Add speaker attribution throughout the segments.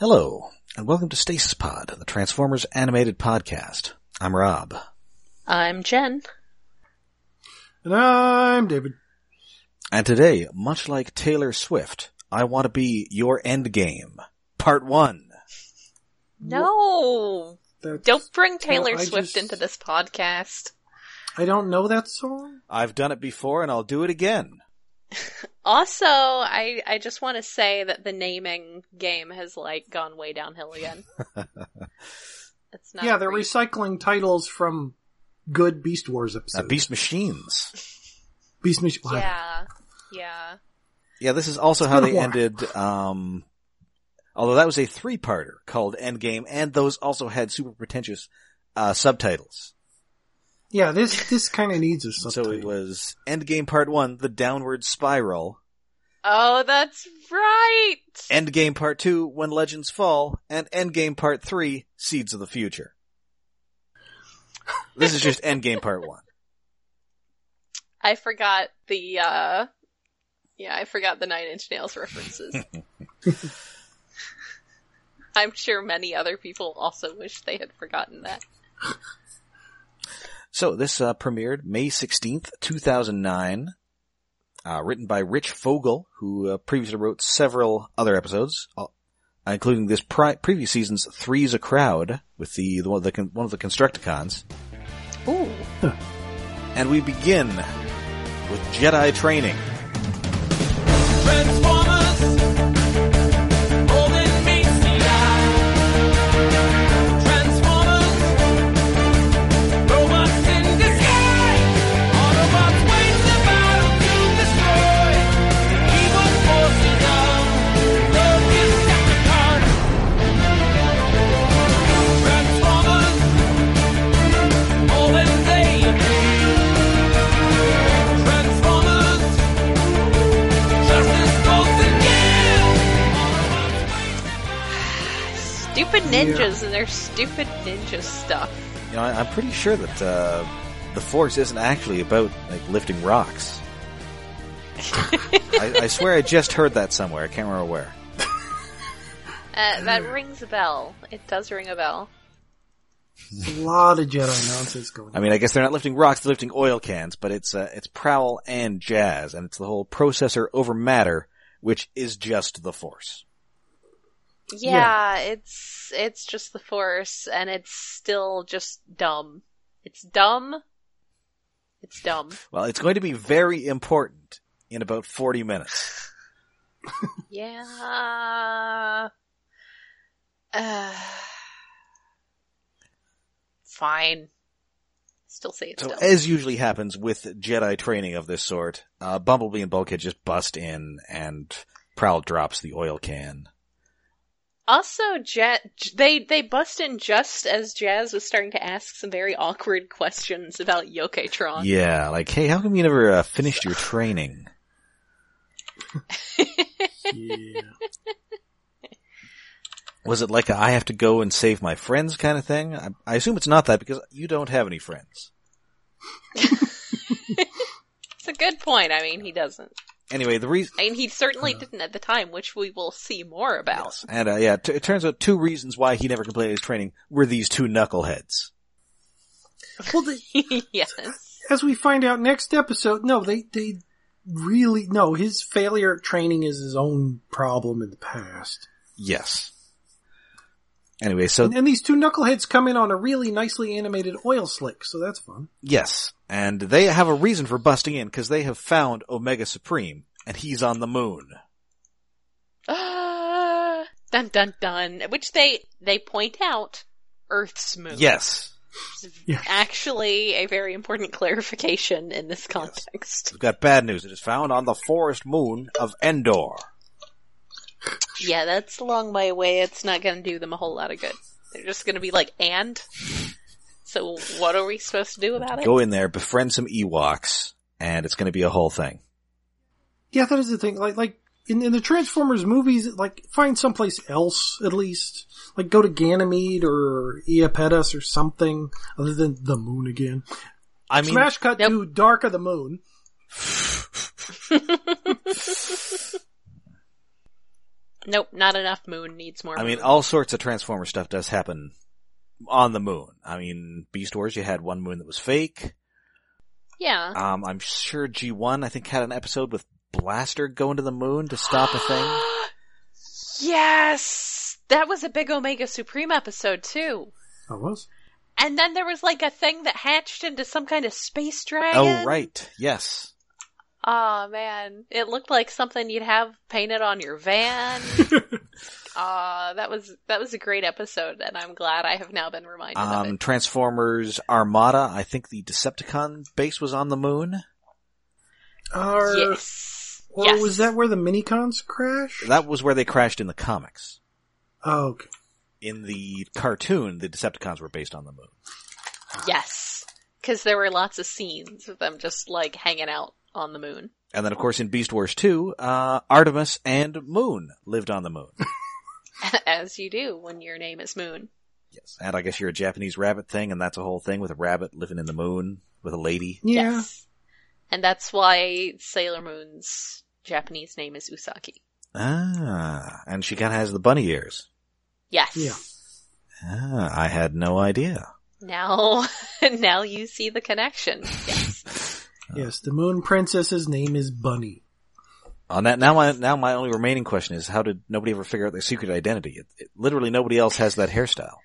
Speaker 1: Hello, and welcome to Stasis Pod, the Transformers animated podcast. I'm Rob.
Speaker 2: I'm Jen.
Speaker 3: And I'm David.
Speaker 1: And today, much like Taylor Swift, I want to be your endgame. Part one.
Speaker 2: No,
Speaker 3: That's,
Speaker 2: don't bring Taylor
Speaker 3: I
Speaker 2: Swift
Speaker 3: just-
Speaker 2: into this podcast.
Speaker 3: I don't know that song.
Speaker 1: I've done it before and I'll do it again.
Speaker 2: Also, I I just want to say that the naming game has like gone way downhill again. it's not.
Speaker 3: yeah, they're
Speaker 2: great.
Speaker 3: recycling titles from good Beast Wars
Speaker 1: Uh,
Speaker 3: episodes.
Speaker 1: Beast Machines.
Speaker 3: Beast Mission.
Speaker 2: Yeah, yeah.
Speaker 1: Yeah, this is also how
Speaker 3: been a
Speaker 1: they
Speaker 3: while.
Speaker 1: ended, um, although that was a three-parter called Endgame, and those also had super pretentious, uh, subtitles.
Speaker 3: Yeah, this this kind of needs a
Speaker 1: So
Speaker 3: subtitle.
Speaker 1: it was Endgame Part One, The Downward Spiral,
Speaker 2: Oh, that's right.
Speaker 1: Endgame Part 2, When Legends Fall, and Endgame Part 3, Seeds of the Future. This is just Endgame Part 1.
Speaker 2: I forgot the. uh Yeah, I forgot the Nine Inch Nails references. I'm sure many other people also wish they had forgotten that.
Speaker 1: So this uh, premiered May 16th, 2009, uh, written by Rich Fogel, who uh, previously wrote several other episodes, uh, including this pri- previous season's Three's a Crowd with the, the, one, of the con- one of the Constructicons.
Speaker 2: Ooh.
Speaker 1: And we begin with Jedi training.
Speaker 4: Transformers, golden meets the eye. Transformers, robots in disguise. Autobots wage the battle to destroy the evil forces of the Decepticons. Transformers, more than they agree. Transformers, justice goes again.
Speaker 2: Stupid ninjas and their stupid ninja stuff.
Speaker 1: You know, I, I'm pretty sure that uh, the Force isn't actually about like lifting rocks. I, I swear I just heard that somewhere. I can't remember where.
Speaker 2: Uh, that rings a bell. It does ring a bell.
Speaker 3: a lot of Jedi nonsense going.
Speaker 1: I
Speaker 3: on.
Speaker 1: mean, I guess they're not lifting rocks; they're lifting oil cans. But it's uh, it's Prowl and Jazz, and it's the whole processor over matter, which is just the Force.
Speaker 2: Yeah,
Speaker 3: Yeah.
Speaker 2: it's it's just the force, and it's still just dumb. It's dumb. It's dumb.
Speaker 1: Well, it's going to be very important in about 40 minutes.
Speaker 2: Yeah. Uh, fine. Still say it's
Speaker 1: So,
Speaker 2: dumb.
Speaker 1: as usually happens with Jedi training of this sort, uh, Bumblebee and Bulkhead just bust in, and Prowl drops the oil can.
Speaker 2: Also, ja- they they bust in just as Jazz was starting to ask some very awkward questions about Yoketron.
Speaker 1: Yeah, like, hey, how come you never uh, finished your training?
Speaker 3: yeah.
Speaker 1: Was it like a, I have to go and save my friends kind of thing? I, I assume it's not that because you don't have any friends.
Speaker 2: It's a good point. I mean, he doesn't.
Speaker 1: Anyway, the reason,
Speaker 2: I mean, he certainly didn't at the time, which we will see more about.
Speaker 1: and uh, yeah, t- it turns out two reasons why he never completed his training were these two knuckleheads.
Speaker 3: Well, they,
Speaker 2: yes.
Speaker 3: as we find out next episode, no, they they really no. His failure at training is his own problem in the past.
Speaker 1: Yes. Anyway, so
Speaker 3: And these two knuckleheads come in on a really nicely animated oil slick, so that's fun.
Speaker 1: yes, and they have a reason for busting in because they have found Omega Supreme and he's on the moon.
Speaker 2: Ah, dun dun dun. Which they they point out Earth's moon.
Speaker 1: Yes.
Speaker 3: Yeah.
Speaker 2: Actually, a very important clarification in this context.
Speaker 1: We've got bad news. It is found on the forest moon of Endor.
Speaker 2: Yeah, that's a long way away. It's not going to do them a whole lot of good. They're just going to be like, and? So what are we supposed to do about it?
Speaker 1: Go in there, befriend some Ewoks, and it's going to be a whole thing.
Speaker 3: Yeah, that is the thing. Like, like in, in the Transformers movies, like find someplace else at least. Like go to Ganymede or Iapetus or something other than the moon again.
Speaker 1: I mean,
Speaker 3: Smash cut
Speaker 2: Nope.
Speaker 3: to Dark of the Moon.
Speaker 2: Nope, not enough moon needs more.
Speaker 1: I mean,
Speaker 2: moon.
Speaker 1: all sorts of Transformer stuff does happen on the moon. I mean, Beast Wars, you had one moon that was fake.
Speaker 2: yeah,
Speaker 1: Um, I'm sure G1, I think, had an episode with Blaster going to the moon to stop a thing.
Speaker 2: yes, that was a big Omega Supreme episode too.
Speaker 3: I was.
Speaker 2: And then there was like a thing that hatched into some kind of space dragon.
Speaker 1: Oh, right. Yes.
Speaker 2: Oh man, it looked like something you'd have painted on your van. uh, that was that was a great episode, and I'm glad I have now been reminded of
Speaker 1: Um,
Speaker 2: it.
Speaker 1: Transformers Armada, I think the Decepticon base was on the moon.
Speaker 3: Or,
Speaker 2: Yes.
Speaker 3: or
Speaker 2: yes.
Speaker 3: was that where the minicons crashed?
Speaker 1: That was where they crashed in the comics.
Speaker 3: oh, okay.
Speaker 1: In the cartoon, the Decepticons were based on the moon.
Speaker 2: Yes, because there were lots of scenes of them just like hanging out on the moon.
Speaker 1: And then, of course, in Beast Wars 2, uh, Artemis and Moon lived on the moon.
Speaker 2: As you do when your name is Moon.
Speaker 1: yes. And I guess you're a Japanese rabbit thing, and that's a whole thing with a rabbit living in the moon with a lady.
Speaker 3: Yeah.
Speaker 2: Yes. And that's why Sailor Moon's Japanese name is Usagi.
Speaker 1: Ah. And she kinda has the bunny ears.
Speaker 2: Yes.
Speaker 3: Yeah.
Speaker 1: Ah, I had no idea.
Speaker 2: Now, now you see the connection. Yes.
Speaker 3: Yes, the moon princess's name is Bunny.
Speaker 1: On that, Uh, now my, now my only remaining question is how did nobody ever figure out their secret identity? It, it, literally nobody else has that hairstyle.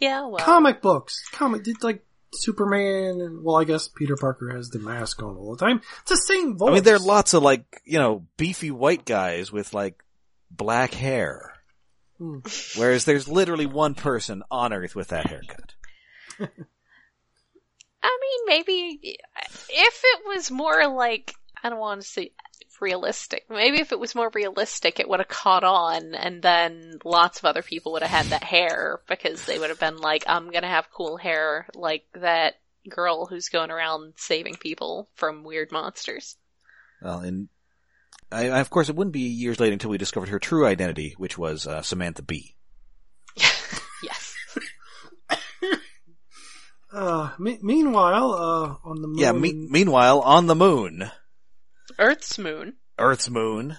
Speaker 2: yeah. Well.
Speaker 3: Comic books. Comic, did like Superman and, well, I guess Peter Parker has the mask on all the time. It's the same voice.
Speaker 1: I mean, there are lots of like, you know, beefy white guys with like black hair.
Speaker 3: Hmm.
Speaker 1: Whereas there's literally one person on earth with that haircut.
Speaker 2: I mean, maybe if it was more like I don't want to say realistic. Maybe if it was more realistic, it would have caught on, and then lots of other people would have had that hair because they would have been like, "I'm gonna have cool hair like that girl who's going around saving people from weird monsters."
Speaker 1: Well, and I, I, of course it wouldn't be years later until we discovered her true identity, which was uh, Samantha Bee.
Speaker 2: Yes.
Speaker 3: Uh, me- meanwhile, uh, on the moon.
Speaker 1: Yeah. Me- meanwhile, on the moon,
Speaker 2: Earth's moon.
Speaker 1: Earth's moon,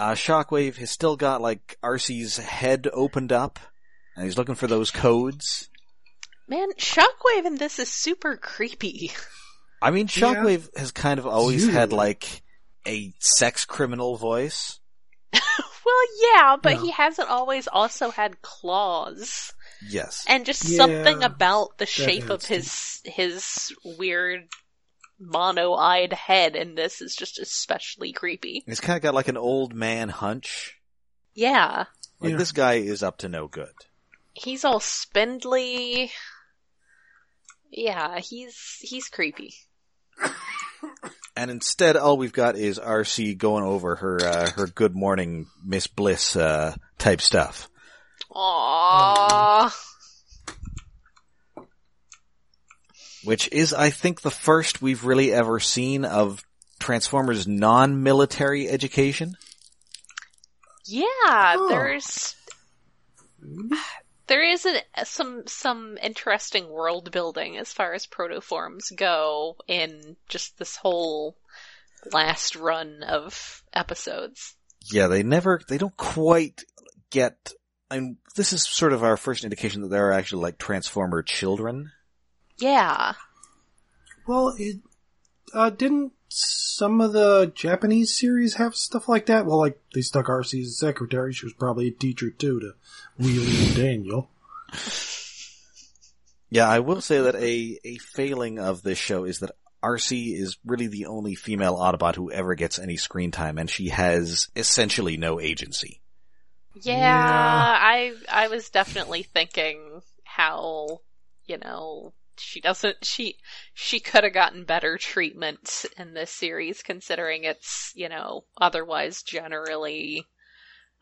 Speaker 1: uh, Shockwave has still got like Arcee's head opened up, and he's looking for those codes.
Speaker 2: Man, Shockwave in this is super creepy.
Speaker 1: I mean,
Speaker 3: Yeah.
Speaker 1: Shockwave has kind of always
Speaker 3: Usually.
Speaker 1: had like a sex criminal voice.
Speaker 2: well, yeah, but
Speaker 3: Yeah.
Speaker 2: he hasn't always also had claws.
Speaker 1: Yes.
Speaker 2: and just
Speaker 3: Yeah.
Speaker 2: something about the shape of
Speaker 3: hurts,
Speaker 2: his his weird mono-eyed head in this is just especially creepy.
Speaker 1: He's kind of got like an old man hunch.
Speaker 2: Yeah,
Speaker 1: Like
Speaker 3: Yeah.
Speaker 1: this guy is up to no good.
Speaker 2: he's all spindly. Yeah, he's he's creepy.
Speaker 1: And instead, all we've got is RC going over her, uh, her good morning Miss Bliss, uh, type stuff.
Speaker 2: Aww.
Speaker 1: Which is, I think, the first we've really ever seen of Transformers non-military education.
Speaker 2: Yeah,
Speaker 3: Oh.
Speaker 2: there's there is a, some some interesting world building as far as protoforms go in just this whole last run of episodes.
Speaker 1: Yeah, they never, they don't quite get, I mean, this is sort of our first indication that there are actually like Transformer children.
Speaker 2: Yeah.
Speaker 3: Well, it, uh, didn't some of the Japanese series have stuff like that? Well, like, they stuck RC's secretary. She was probably a teacher too to Wheelie and Daniel.
Speaker 1: Yeah, I will say that a, a failing of this show is that RC is really the only female Autobot who ever gets any screen time and she has essentially no agency.
Speaker 2: Yeah,
Speaker 3: Yeah.
Speaker 2: I I was definitely thinking how, you know, she doesn't she she could have gotten better treatment in this series considering it's, you know, otherwise generally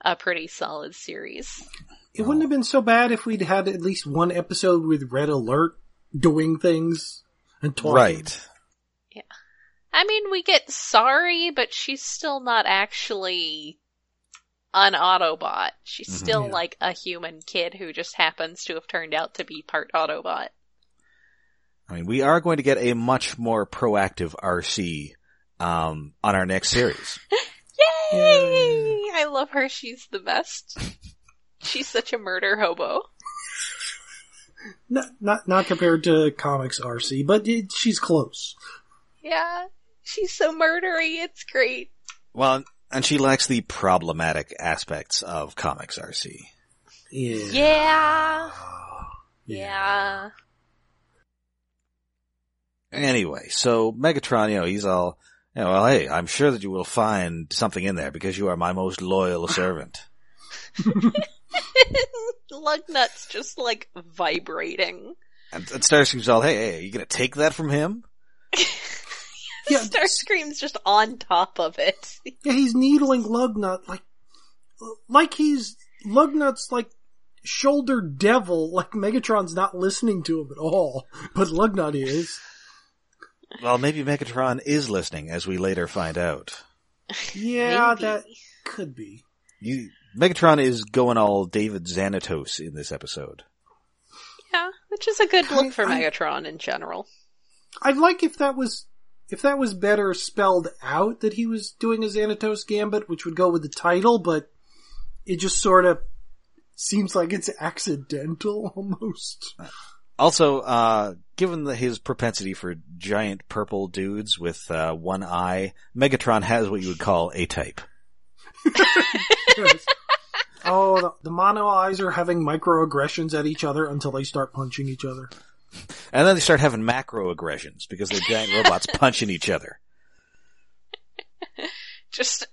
Speaker 2: a pretty solid series.
Speaker 3: It wouldn't have been so bad if we'd had at least one episode with Red Alert doing things and talking.
Speaker 1: Right.
Speaker 2: I mean, we get sorry, but she's still not actually an Autobot. She's
Speaker 1: Mhm.
Speaker 2: still
Speaker 3: Mm-hmm. Yeah.
Speaker 2: like a human kid who just happens to have turned out to be part Autobot.
Speaker 1: I mean, we are going to get a much more proactive RC, um, on our next series.
Speaker 2: Yay! love her. She's the best. She's such a murder hobo.
Speaker 3: Not, not, not compared to comics RC, but it, she's close.
Speaker 2: Yeah, she's so murdery. It's great.
Speaker 1: Well, and she lacks the problematic aspects of comics RC.
Speaker 3: Yeah.
Speaker 2: Yeah. Yeah.
Speaker 1: Anyway, so Megatron, you know, he's all, you know, well, hey, I'm sure that you will find something in there because you are my most loyal servant.
Speaker 2: Lugnut's just like vibrating.
Speaker 1: And, and Starscream's all, hey, hey, are you gonna take that from him?
Speaker 3: Yeah.
Speaker 2: Starscream's just on top of it.
Speaker 3: Yeah, he's needling Lugnut like, like he's Lugnut's like shoulder devil. Like Megatron's not listening to him at all, but Lugnut is.
Speaker 1: Well, maybe Megatron is listening, as we later find out.
Speaker 3: Yeah,
Speaker 2: Maybe.
Speaker 3: that could be.
Speaker 1: You, Megatron is going all David Xanatos in this episode.
Speaker 2: Yeah, which is a good look for
Speaker 3: I- I-
Speaker 2: Megatron in general.
Speaker 3: I'd like if that was if that was better spelled out that he was doing a Xanatos gambit, which would go with the title, but it just sort of seems like it's accidental almost.
Speaker 1: Also, uh, given the, his propensity for giant purple dudes with uh, one eye, Megatron has what you would call a type.
Speaker 3: oh, the, the mono eyes are having microaggressions at each other until they start punching each other.
Speaker 1: And then they start having macro aggressions because they're giant robots punching each other.
Speaker 2: Just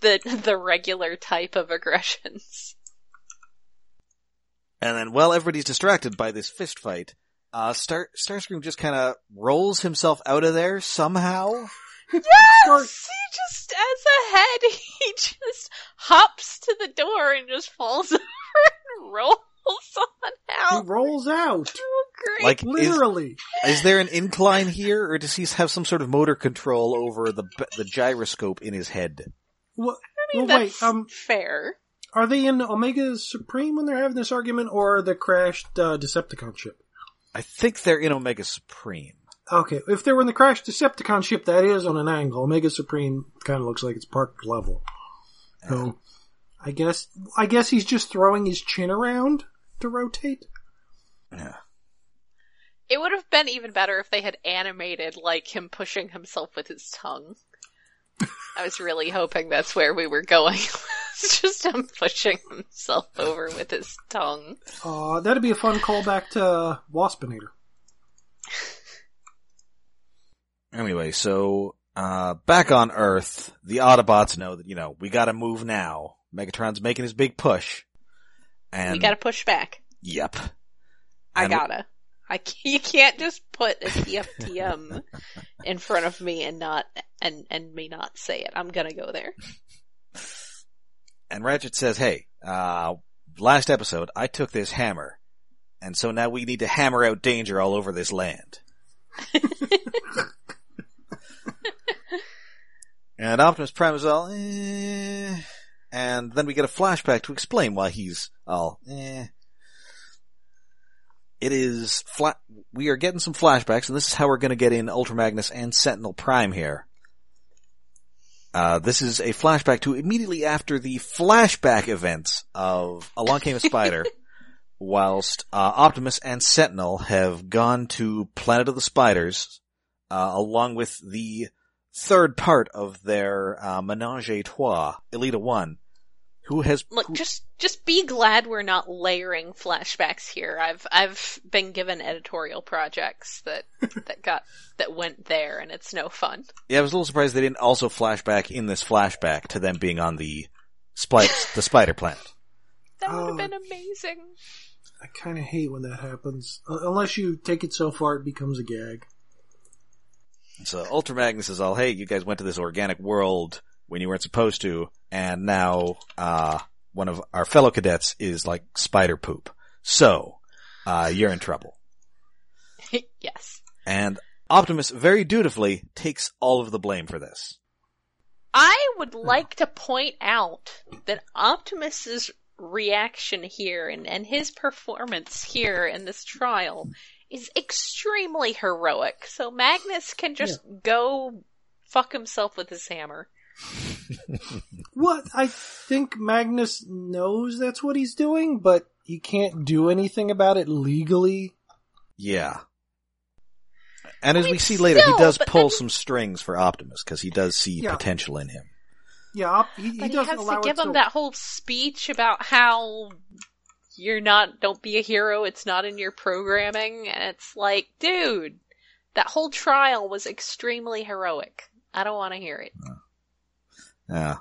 Speaker 2: the the regular type of aggressions.
Speaker 1: And then while everybody's distracted by this fist fight, uh, Star Starscream just kind of rolls himself out of there somehow.
Speaker 3: Start-
Speaker 2: Yes, he just as a head, he just hops to the door and just falls over and rolls on
Speaker 3: he
Speaker 2: out.
Speaker 3: rolls out.
Speaker 2: Oh, great.
Speaker 1: Like, is,
Speaker 3: Literally.
Speaker 1: is there an incline here, or does he have some sort of motor control over the b- the gyroscope in his head?
Speaker 3: Wha-
Speaker 2: I mean,
Speaker 3: well,
Speaker 2: that's
Speaker 3: wait, um,
Speaker 2: fair.
Speaker 3: are they in Omega Supreme when they're having this argument, or the crashed uh, Decepticon ship?
Speaker 1: I think they're in Omega Supreme.
Speaker 3: Okay, if they were in the Crash Decepticon ship, that is on an angle. Omega Supreme kind of looks like it's parked level. So, I guess I guess he's just throwing his chin around to rotate.
Speaker 1: Yeah.
Speaker 2: It would have been even better if they had animated like him pushing himself with his tongue. I was really hoping that's where we were going. it's just him pushing himself over with his tongue.
Speaker 3: Uh, that'd be a fun callback to uh, Waspinator.
Speaker 1: Anyway, so uh back on Earth, the Autobots know that you know we got to move now. Megatron's making his big push, and
Speaker 2: we gotta push back.
Speaker 1: yep,
Speaker 2: I
Speaker 1: And-
Speaker 2: gotta. I can't, you can't just put a TFTM in front of me and not and and me not say it. I'm gonna go there.
Speaker 1: and Ratchet says, "Hey, uh last episode I took this hammer, and so now we need to hammer out danger all over this land." and Optimus Prime is all, eh. and then we get a flashback to explain why he's all, eh. It is flat. We are getting some flashbacks, and this is how we're going to get in Ultra Magnus and Sentinel Prime here. Uh, this is a flashback to immediately after the flashback events of Along Came a Spider, whilst uh, Optimus and Sentinel have gone to Planet of the Spiders, uh, along with the third part of their uh, menage a trois, Elita One, who has
Speaker 2: Look,
Speaker 1: who-
Speaker 2: just just be glad we're not layering flashbacks here. I've I've been given editorial projects that that got that went there, and it's no fun.
Speaker 1: yeah, I was a little surprised they didn't also flashback in this flashback to them being on the spi- the Spider Planet.
Speaker 2: That would have
Speaker 3: Oh.
Speaker 2: been amazing.
Speaker 3: I kind of hate when that happens. Uh, unless you take it so far, it becomes a gag.
Speaker 1: So Ultra Magnus is all, hey, you guys went to this organic world when you weren't supposed to, and now, uh, one of our fellow cadets is like spider poop. So, uh, you're in trouble.
Speaker 2: yes,
Speaker 1: And Optimus very dutifully takes all of the blame for this.
Speaker 2: I would like to point out that Optimus's reaction here and and his performance here in this trial is extremely heroic. So Magnus can just go fuck himself with his hammer.
Speaker 3: What I think Magnus knows that's what he's doing, but he can't do anything about it legally.
Speaker 1: Yeah. And
Speaker 2: I
Speaker 1: as
Speaker 2: mean,
Speaker 1: we see later, he
Speaker 2: still,
Speaker 1: does
Speaker 2: but
Speaker 1: pull
Speaker 2: then-
Speaker 1: some strings for Optimus because he does see
Speaker 3: Yeah.
Speaker 1: potential in him.
Speaker 3: Yeah, op- he, he
Speaker 2: But he,
Speaker 3: doesn't
Speaker 2: has
Speaker 3: allow
Speaker 2: to
Speaker 3: it
Speaker 2: give
Speaker 3: to-
Speaker 2: him that whole speech about how you're not, don't be a hero, it's not in your programming, and it's like, dude, that whole trial was extremely heroic. I don't want to hear it.
Speaker 1: Yeah.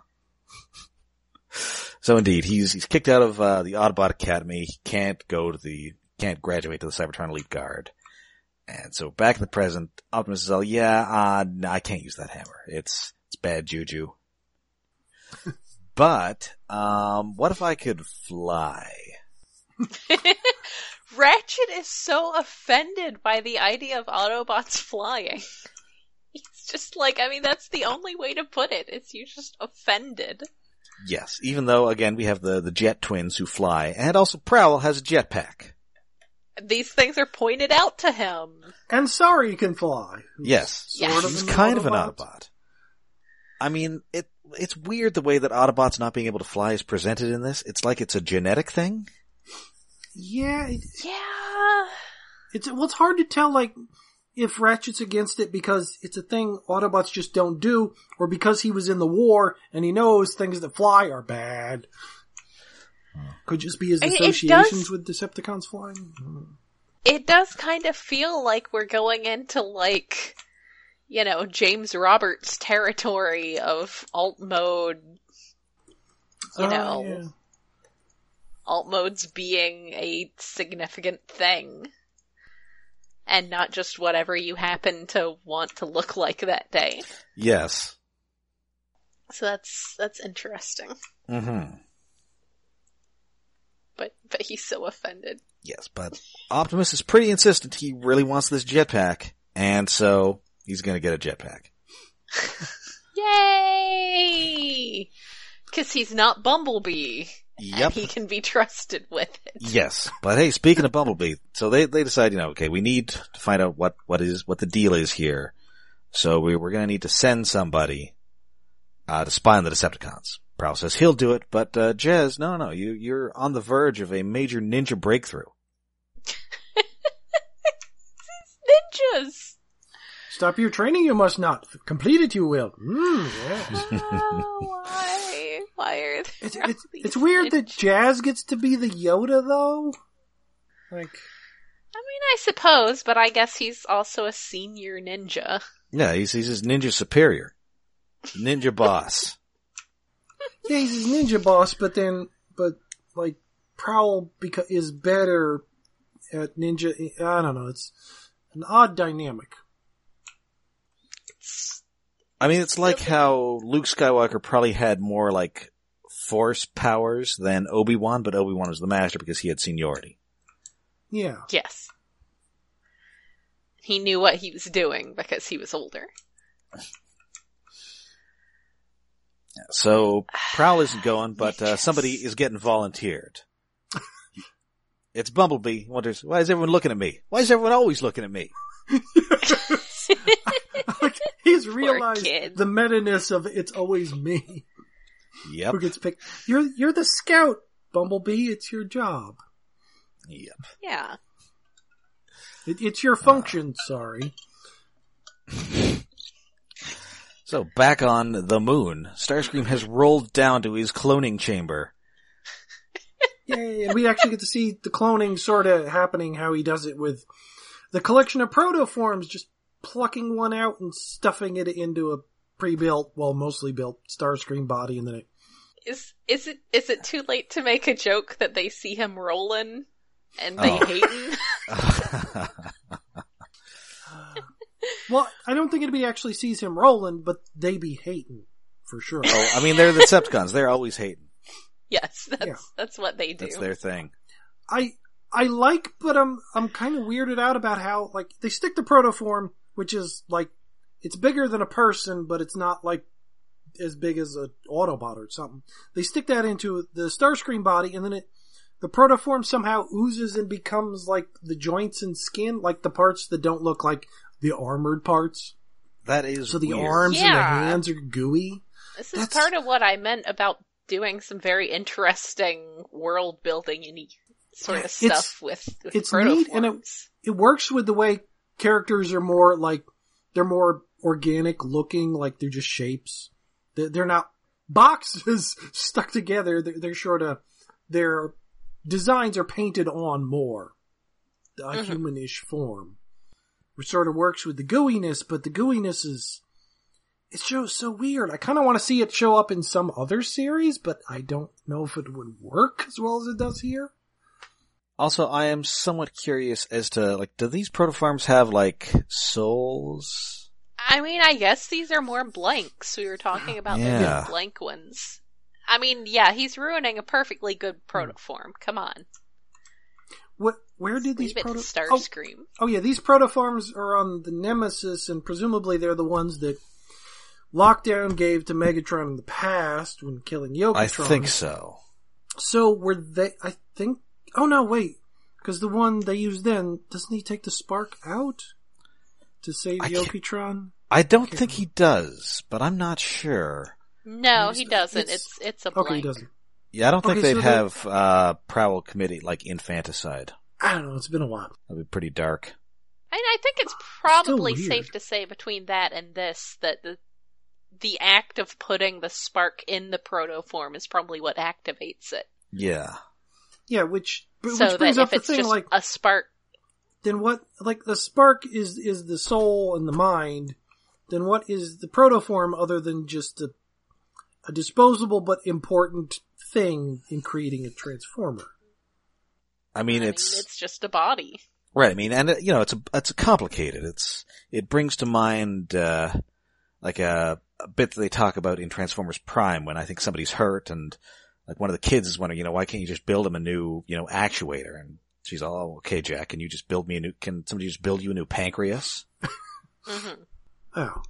Speaker 1: So indeed, he's he's kicked out of uh, the Autobot Academy. He can't go to the can't graduate to the Cybertron Elite Guard. And so back in the present, Optimus is all, "Yeah, uh, no, I can't use that hammer. It's it's bad juju." but um, what if I could fly?
Speaker 2: Ratchet is so offended by the idea of Autobots flying. He's just like, I mean, that's the only way to put it. It's you just offended.
Speaker 1: Yes, even though again we have the the Jet twins who fly, and also Prowl has a jetpack.
Speaker 2: These things are pointed out to him.
Speaker 3: And sorry, he can fly.
Speaker 1: Yes,
Speaker 2: Yeah.
Speaker 3: Sort
Speaker 1: He's kind of an Autobot. I mean, it it's weird the way that Autobots not being able to fly is presented in this. It's like it's a genetic thing.
Speaker 3: Yeah, it,
Speaker 2: Yeah.
Speaker 3: it's well, it's hard to tell like if Ratchet's against it because it's a thing Autobots just don't do, or because he was in the war and he knows things that fly are bad. Could just be his
Speaker 2: I mean, it
Speaker 3: associations
Speaker 2: does-
Speaker 3: with Decepticons flying.
Speaker 2: It does kind of feel like we're going into like, you know, James Roberts territory of alt mode, you
Speaker 3: Oh,
Speaker 2: know,
Speaker 3: yeah.
Speaker 2: alt modes being a significant thing. And not just whatever you happen to want to look like that day.
Speaker 1: Yes.
Speaker 2: So that's, that's interesting.
Speaker 1: Mm-hmm.
Speaker 2: But, but he's so offended.
Speaker 1: Yes, but Optimus is pretty insistent. He really wants this jetpack, and so he's going to get a jetpack.
Speaker 2: Yay! Cause he's not Bumblebee.
Speaker 1: Yep.
Speaker 2: And he can be trusted with it.
Speaker 1: Yes, but hey, speaking of Bumblebee, so they they decide, you know, okay, we need to find out what what is what the deal is here. So we we're gonna need to send somebody uh, to spy on the Decepticons. Prowl says he'll do it, but uh, Jez, no, no, you you're on the verge of a major ninja breakthrough.
Speaker 2: Ninjas!
Speaker 3: Stop your training, you must not. Complete it, you will. Mm, yes.
Speaker 2: Oh, why? Why are there
Speaker 3: It's,
Speaker 2: all
Speaker 3: it's,
Speaker 2: these
Speaker 3: it's weird that
Speaker 2: ninjas?
Speaker 3: Jazz gets to be the Yoda, though.
Speaker 2: I
Speaker 3: Like,
Speaker 2: mean, I suppose, but I guess he's also a senior ninja.
Speaker 1: Yeah, he's he's his ninja superior, ninja boss.
Speaker 3: yeah, he's his ninja boss, but then, but like, Prowl beca- is better at ninja. I don't know. It's an odd dynamic.
Speaker 1: I mean, it's like how Luke Skywalker probably had more like force powers than Obi Wan, but Obi Wan was the master because he had seniority.
Speaker 3: Yeah,
Speaker 2: Yes. He knew what he was doing because he was older.
Speaker 1: So Prowl isn't going, but uh, somebody is getting volunteered. It's Bumblebee. He wonders why is everyone looking at me? Why is everyone always looking at me?
Speaker 3: he's realized
Speaker 2: kid.
Speaker 3: the meta-ness of it's always me
Speaker 1: Yep,
Speaker 3: who gets picked. You're you're the scout, Bumblebee. It's your job.
Speaker 1: yep.
Speaker 2: Yeah.
Speaker 3: It, it's
Speaker 2: Uh.
Speaker 3: your function. Sorry.
Speaker 1: So back on the moon, Starscream has rolled down to his cloning chamber.
Speaker 3: Yay, and we actually get to see the cloning sort of happening, how he does it with the collection of protoforms, just plucking one out and stuffing it into a pre-built, well, mostly built Starscream body, and then it,
Speaker 2: Is is it is it too late to make a joke that they see him rolling and they
Speaker 1: Oh.
Speaker 2: hate him?
Speaker 3: well, I don't think anybody actually sees him rolling, but they be hating, for sure.
Speaker 1: oh, I mean, they're the Decepticons. They're always hating.
Speaker 2: yes, that's
Speaker 3: Yeah.
Speaker 2: that's what they do.
Speaker 1: That's their thing.
Speaker 3: I, I like, but I'm, I'm kind of weirded out about how, like, they stick the protoform, which is, like, it's bigger than a person, but it's not, like, as big as an Autobot or something. They stick that into the Starscream body, and then it the protoform somehow oozes and becomes like the joints and skin, like the parts that don't look like the armored parts.
Speaker 1: That is
Speaker 3: So the
Speaker 1: weird.
Speaker 3: arms and the
Speaker 2: Yeah.
Speaker 3: hands are gooey.
Speaker 2: This is
Speaker 3: That's-
Speaker 2: part of what I meant about doing some very interesting world building and sort of
Speaker 3: It's-
Speaker 2: stuff with, with
Speaker 3: it's neat and it-
Speaker 2: protoforms.
Speaker 3: it works with the way characters are more like they're more organic looking, like they're just shapes. They're, they're not boxes stuck together. They're, they're sort of their designs are painted on more a
Speaker 2: Mhm.
Speaker 3: humanish form, which sort of works with the gooiness. But the gooiness is it's so so weird. I kind of want to see it show up in some other series, but I don't know if it would work as well as it does here.
Speaker 1: Also, I am somewhat curious as to like, do these protoforms have like souls?
Speaker 2: I mean, I guess these are more blanks. We were talking about those
Speaker 1: Yeah.
Speaker 2: blank ones. I mean, yeah, he's ruining a perfectly good protoform. Come on.
Speaker 3: What? Where did these
Speaker 2: Leave it to
Speaker 3: proto- Oh,
Speaker 2: Starscream.
Speaker 3: Oh yeah, these protoforms are on the Nemesis, and presumably they're the ones that Lockdown gave to Megatron in the past when killing Yokotron.
Speaker 1: I think so.
Speaker 3: So were they? I think. Oh no, wait, because the one they used then doesn't he take the spark out to save
Speaker 1: I can't-
Speaker 3: Yokotron?
Speaker 1: I don't think he does, but I'm not sure.
Speaker 2: No,
Speaker 3: It's-
Speaker 2: he doesn't.
Speaker 3: it's-
Speaker 2: It's it's a blank.
Speaker 3: Okay, he doesn't.
Speaker 1: Yeah, I don't think
Speaker 3: Okay, so
Speaker 1: they'd
Speaker 3: the-
Speaker 1: have uh Prowl committee like infanticide.
Speaker 3: I don't know. It's been a while.
Speaker 1: That'd be pretty dark.
Speaker 2: And I think it's probably
Speaker 3: weird.
Speaker 2: safe to say between that and this that the the act of putting the spark in the protoform is probably what activates it.
Speaker 1: Yeah.
Speaker 3: Yeah, which but-
Speaker 2: so
Speaker 3: which
Speaker 2: that
Speaker 3: brings
Speaker 2: if
Speaker 3: up the
Speaker 2: it's
Speaker 3: thing
Speaker 2: just
Speaker 3: like
Speaker 2: a spark,
Speaker 3: then what like the spark is is the soul and the mind then what is the protoform other than just a, a disposable but important thing in creating a transformer
Speaker 1: I
Speaker 2: I
Speaker 1: mean,
Speaker 2: mean,
Speaker 1: it's,
Speaker 2: it's just a body.
Speaker 1: right. I mean, and it, you know, it's a, it's complicated. It's it brings to mind uh like a, a bit that they talk about in Transformers Prime when I think somebody's hurt and like one of the kids is wondering, you know, why can't you just build him a new, you know, actuator? And she's all, oh, okay, Jack, can you just build me a new? Can somebody just build you a new pancreas?
Speaker 2: hmm
Speaker 3: oh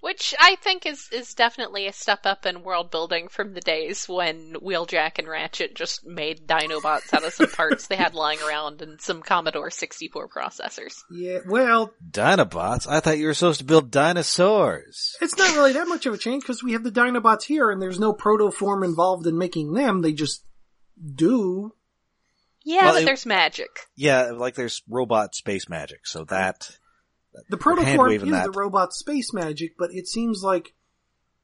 Speaker 2: Which I think is, is definitely a step up in world building from the days when Wheeljack and Ratchet just made Dinobots out of some parts they had lying around and some Commodore 64 processors.
Speaker 3: yeah well
Speaker 1: Dinobots? I thought you were supposed to build dinosaurs.
Speaker 3: it's not really that much of a change because we have the dinobots here and there's no protoform involved in making them they just do
Speaker 2: Yeah,
Speaker 1: Well,
Speaker 2: but
Speaker 1: it-
Speaker 2: there's magic.
Speaker 1: Yeah, like there's robot space magic, so that
Speaker 3: the
Speaker 1: hand
Speaker 3: protoform is
Speaker 1: waving that.
Speaker 3: the robot space magic but it seems like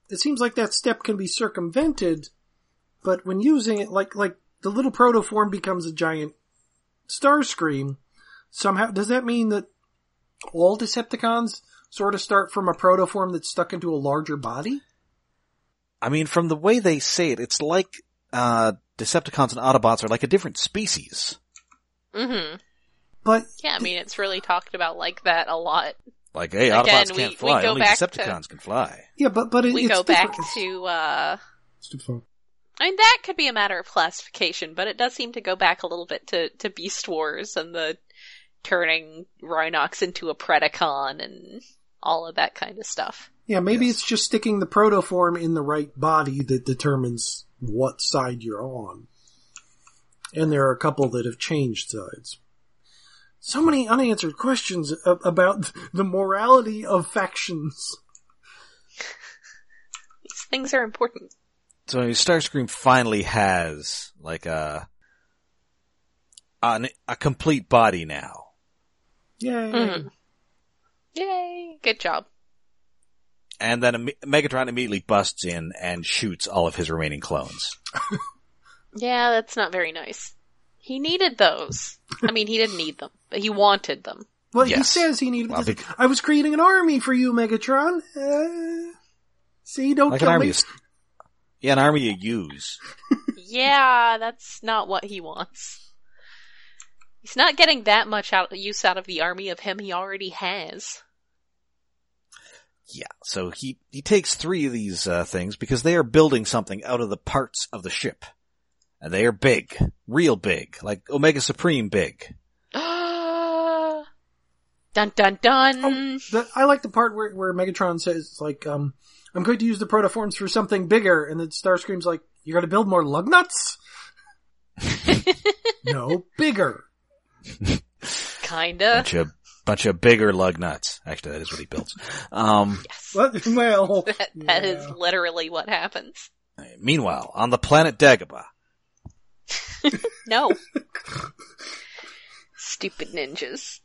Speaker 3: it seems like that step can be circumvented but when using it like like the little protoform becomes a giant star scream somehow does that mean that all decepticons sort of start from a protoform that's stuck into a larger body
Speaker 1: I mean, from the way they say it, it's like uh Decepticons and Autobots are like a different species.
Speaker 2: hmm
Speaker 3: but
Speaker 2: Yeah, I mean, it's really talked about like that a lot.
Speaker 1: Like, hey,
Speaker 2: Again,
Speaker 1: Autobots
Speaker 2: we-
Speaker 1: can't
Speaker 2: we
Speaker 1: fly,
Speaker 2: go
Speaker 1: only
Speaker 2: back to-
Speaker 1: Decepticons can fly.
Speaker 3: yeah but but it,
Speaker 2: We
Speaker 3: it's
Speaker 2: go back
Speaker 3: different.
Speaker 2: to, uh,
Speaker 3: It's too far.
Speaker 2: I mean, that could be a matter of classification, but it does seem to go back a little bit to, to Beast Wars and the turning Rhinox into a Predacon and all of that kind of stuff.
Speaker 3: yeah maybe
Speaker 1: Yes.
Speaker 3: it's just sticking the protoform in the right body that determines what side you're on and there are a couple that have changed sides. So many unanswered questions a- about the morality of factions.
Speaker 2: These things are important.
Speaker 1: So Starscream finally has like a an, a complete body now.
Speaker 3: Yay.
Speaker 1: Hmm.
Speaker 2: Mhm. Yay! Good job.
Speaker 1: And then Im- Megatron immediately busts in and shoots all of his remaining clones.
Speaker 2: Yeah, that's not very nice. He needed those. I mean, he didn't need them, but he wanted them.
Speaker 3: Well, he
Speaker 1: Yes.
Speaker 3: says he needed.
Speaker 1: Well,
Speaker 3: this-
Speaker 1: bec-
Speaker 3: I was creating an army for you, Megatron. Uh, see, don't
Speaker 1: Like an
Speaker 3: kill
Speaker 1: army
Speaker 3: me.
Speaker 1: of, yeah, an army you use.
Speaker 2: yeah, that's not what he wants. He's not getting that much out, use out of the army of him he already has.
Speaker 1: Yeah, so he, he takes three of these uh, things because they are building something out of the parts of the ship. And they are big. Real big. Like Omega Supreme big.
Speaker 2: dun dun dun.
Speaker 3: Oh, the, I like the part where, where Megatron says, like, um, I'm going to use the protoforms for something bigger, and then Starscream's like, you're going to build more lug nuts? no, bigger.
Speaker 2: Kinda.
Speaker 1: Bunch of, bunch of bigger lug nuts. Actually, that is what he builds. Um,
Speaker 2: Yes.
Speaker 3: Well, well
Speaker 2: That, that is
Speaker 3: yeah.
Speaker 2: literally what happens.
Speaker 1: Meanwhile, on the planet Dagobah,
Speaker 2: No. Stupid ninjas.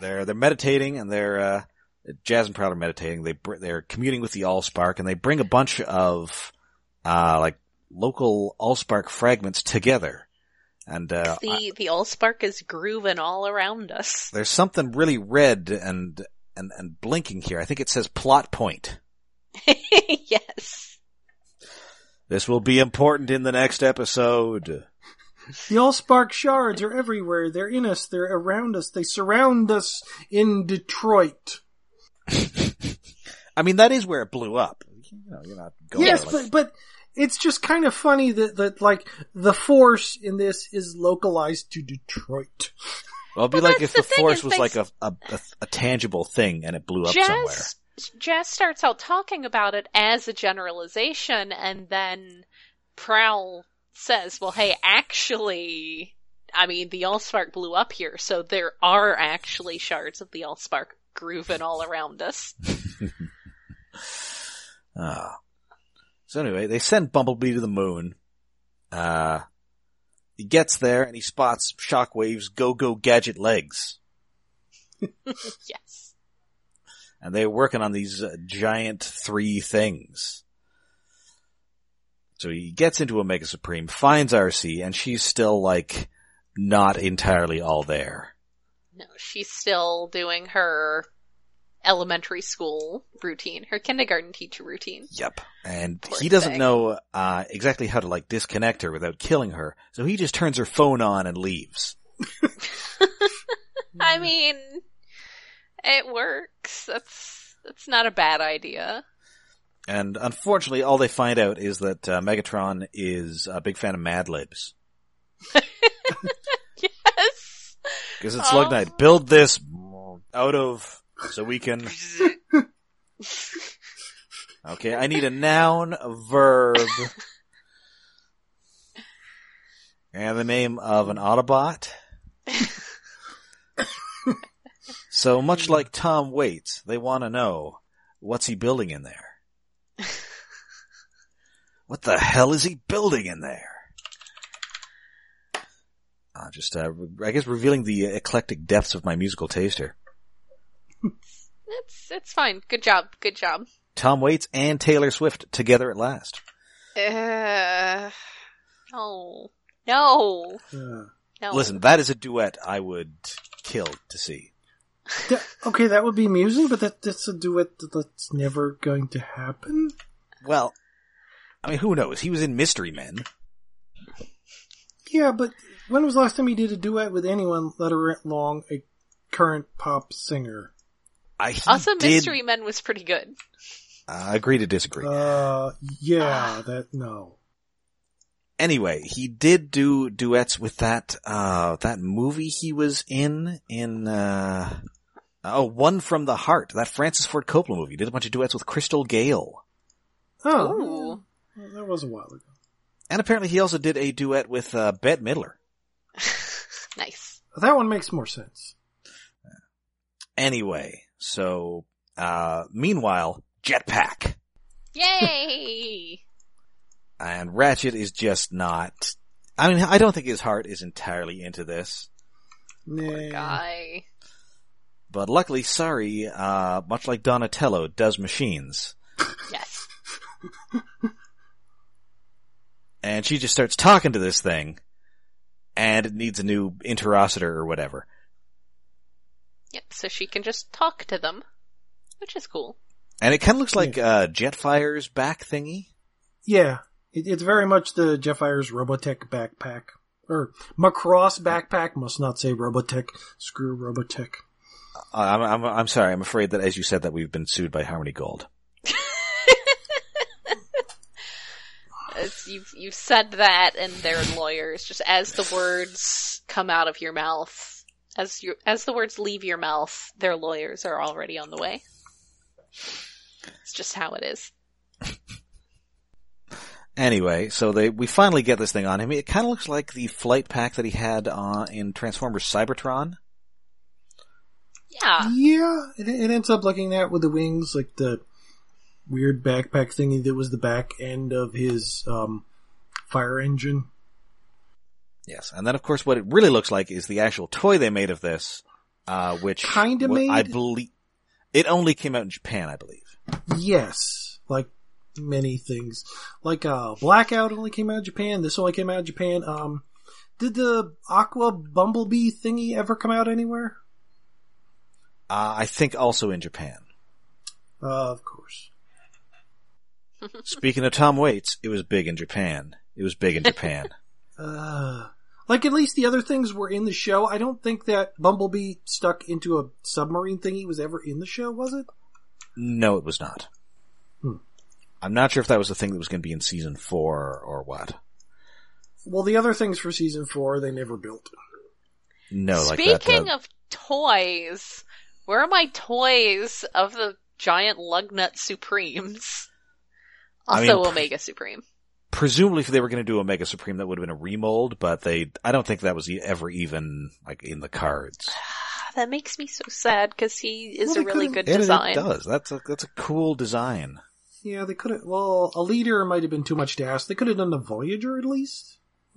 Speaker 1: they're they're meditating and they're uh, Jazz and Proud are meditating. They br- they're commuting with the Allspark and they bring a bunch of uh, like local Allspark fragments together. And uh,
Speaker 2: the
Speaker 1: I-
Speaker 2: the Allspark is grooving all around us.
Speaker 1: there's something really red and and and blinking here. I think it says plot point.
Speaker 2: yes.
Speaker 1: This will be important in the next episode.
Speaker 3: The Allspark shards are everywhere. They're in us. They're around us. They surround us in Detroit.
Speaker 1: I mean, that is where it blew up. You know, you're not going.
Speaker 3: yes,
Speaker 1: like-
Speaker 3: but but it's just kind of funny that that like the force in this is localized to Detroit.
Speaker 1: well, it'd be
Speaker 2: Well,
Speaker 1: like if
Speaker 2: that's
Speaker 1: the,
Speaker 2: the thing
Speaker 1: force
Speaker 2: is
Speaker 1: was
Speaker 2: they-
Speaker 1: like a, a a a tangible thing and it blew up somewhere.
Speaker 2: Jazz Jazz starts out talking about it as a generalization and then Prowl says, Well hey, actually I mean the Allspark blew up here, so there are actually shards of the Allspark grooving all around us.
Speaker 1: Ah. So anyway, they send Bumblebee to the moon. Uh, he gets there and he spots Shockwave's go-go gadget legs.
Speaker 2: Yes.
Speaker 1: And they're working on these uh, giant three things. So he gets into Omega Supreme, finds RC, and she's still like, not entirely all there.
Speaker 2: No, she's still doing her elementary school routine, her kindergarten teacher routine.
Speaker 1: Yep. And
Speaker 2: Poor
Speaker 1: he doesn't
Speaker 2: thing.
Speaker 1: know, uh, exactly how to like disconnect her without killing her, so he just turns her phone on and leaves. Mm-hmm.
Speaker 2: I mean, it works. That's that's not a bad idea.
Speaker 1: And unfortunately, all they find out is that uh, Megatron is a big fan of Mad Libs.
Speaker 2: Yes.
Speaker 1: Because it's
Speaker 2: Oh.
Speaker 1: Lug Knight. Build this out of, so we can, okay, I need a noun, a verb, and the name of an Autobot. so much like Tom Waits, they want to know, what's he building in there? What the hell is he building in there? Uh, just, uh, I guess revealing the eclectic depths of my musical taste here.
Speaker 2: It's it's fine. Good job. Good job.
Speaker 1: Tom Waits and Taylor Swift together at last.
Speaker 2: Uh, no. No.
Speaker 3: Uh,
Speaker 2: No.
Speaker 1: Listen, that is a duet I would kill to see.
Speaker 3: th- okay, that would be amusing, but that that's a duet that- that's never going to happen.
Speaker 1: Well, I mean, who knows? He was in Mystery Men.
Speaker 3: Yeah, but when was the last time he did a duet with anyone, let alone a current pop singer?
Speaker 1: I he
Speaker 2: Also,
Speaker 1: did,
Speaker 2: Mystery Men was pretty good.
Speaker 1: Uh, agree to disagree.
Speaker 3: Uh, yeah, that no.
Speaker 1: anyway, he did do duets with that uh that movie he was in in uh oh One from the Heart, that Francis Ford Coppola movie. He did a bunch of duets with Crystal Gale.
Speaker 3: Oh,
Speaker 2: Ooh.
Speaker 3: yeah, that was a while ago.
Speaker 1: And apparently he also did a duet with uh Bette Midler.
Speaker 2: Nice.
Speaker 3: That one makes more sense.
Speaker 1: Anyway, so uh meanwhile, Jetpack
Speaker 2: Yay.
Speaker 1: and Ratchet is just not I mean, I don't think his heart is entirely into this.
Speaker 3: Nah.
Speaker 2: Guy.
Speaker 1: But luckily, sorry, uh, much like Donatello does machines.
Speaker 2: Yes.
Speaker 1: And she just starts talking to this thing, and it needs a new interocitor or whatever.
Speaker 2: Yep. So she can just talk to them, which is cool.
Speaker 1: And it kind of looks like, uh, Jetfire's back thingy.
Speaker 3: Yeah, it, it's very much the Jeffires Robotech backpack or Macross backpack. Must not say Robotech. Screw Robotech.
Speaker 1: Uh, I'm, I'm, I'm sorry, I'm afraid that as you said that we've been sued by Harmony Gold.
Speaker 2: As you've you've said that, and their lawyers just as the words come out of your mouth, as you as the words leave your mouth, their lawyers are already on the way. It's just how it is.
Speaker 1: Anyway, so they, we finally get this thing on him. It kind of looks like the flight pack that he had, uh, in Transformers Cybertron.
Speaker 2: Yeah, Ah.
Speaker 3: Yeah, it, it ends up looking that with the wings, like the weird backpack thingy that was the back end of his um, fire engine.
Speaker 1: Yes, and then of course what it really looks like is the actual toy they made of this, uh, which
Speaker 3: Kinda
Speaker 1: wa- I
Speaker 3: made?
Speaker 1: believe it only came out in Japan, I believe.
Speaker 3: Yes, like many things. Like uh, Blackout only came out of Japan. This only came out of Japan. Um, did the Aqua Bumblebee thingy ever come out anywhere?
Speaker 1: Uh, I think also in Japan.
Speaker 3: Uh, of course.
Speaker 1: Speaking of Tom Waits, it was big in Japan. It was big in Japan.
Speaker 3: Uh, like at least the other things were in the show. I don't think that Bumblebee stuck into a submarine thingy was ever in the show, was it?
Speaker 1: no, it was not.
Speaker 3: Hmm.
Speaker 1: I'm not sure if that was the thing that was going to be in season four or what.
Speaker 3: Well, the other things for season four they never built.
Speaker 1: No, like that.
Speaker 2: Speaking of toys, where are my toys of the giant Lugnut Supremes?
Speaker 1: I
Speaker 2: Also
Speaker 1: mean, pre-
Speaker 2: Omega Supreme.
Speaker 1: presumably if they were going to do Omega Supreme, that would have been a remold, but they, I don't think that was e- ever even like in the cards.
Speaker 2: Ah, That makes me so sad because he is
Speaker 3: Well,
Speaker 2: a
Speaker 3: they
Speaker 2: really
Speaker 3: could've
Speaker 2: good
Speaker 1: And
Speaker 2: design.
Speaker 1: It does. That's a, that's a cool design.
Speaker 3: Yeah, they could have. Well, a leader might have been too much to ask. They could have done the Voyager at least.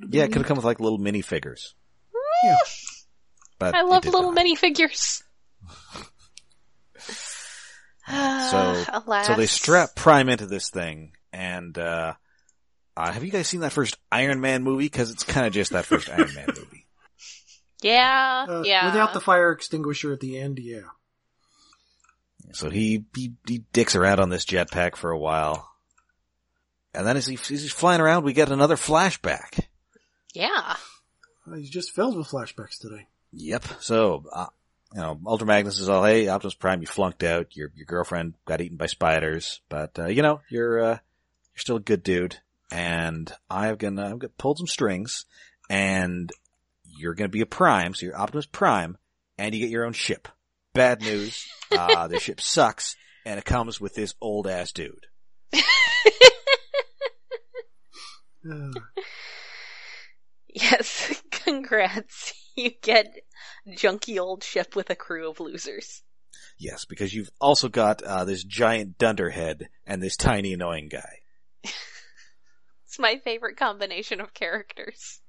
Speaker 1: Yeah, it could have come with like little minifigures.
Speaker 3: Yeah.
Speaker 1: But
Speaker 2: I
Speaker 1: it
Speaker 2: love
Speaker 1: did
Speaker 2: little
Speaker 1: not.
Speaker 2: minifigures.
Speaker 1: So,
Speaker 2: Ah, alas.
Speaker 1: so they strap Prime into this thing, and uh, uh have you guys seen that first Iron Man movie? Because it's kind of just that first Iron Man movie.
Speaker 2: Yeah,
Speaker 3: Uh,
Speaker 2: yeah.
Speaker 3: Without the fire extinguisher at the end, yeah.
Speaker 1: So he, he he dicks around on this jetpack for a while, and then as, he, as he's flying around, we get another flashback.
Speaker 2: yeah.
Speaker 3: Uh, He's just filled with flashbacks today.
Speaker 1: Yep. So, uh, you know, Ultra Magnus is all, hey, Optimus Prime, you flunked out. Your, your girlfriend got eaten by spiders, but, uh, you know, you're, uh, you're still a good dude. And I've gonna, I've got pulled some strings and you're gonna be a prime. So you're Optimus Prime and you get your own ship. Bad news. Uh, the ship sucks and it comes with this old ass dude.
Speaker 3: Uh,
Speaker 2: Yes, congrats. You get junky old ship with a crew of losers.
Speaker 1: Yes, because you've also got, uh, this giant dunderhead and this tiny annoying guy.
Speaker 2: It's my favorite combination of characters.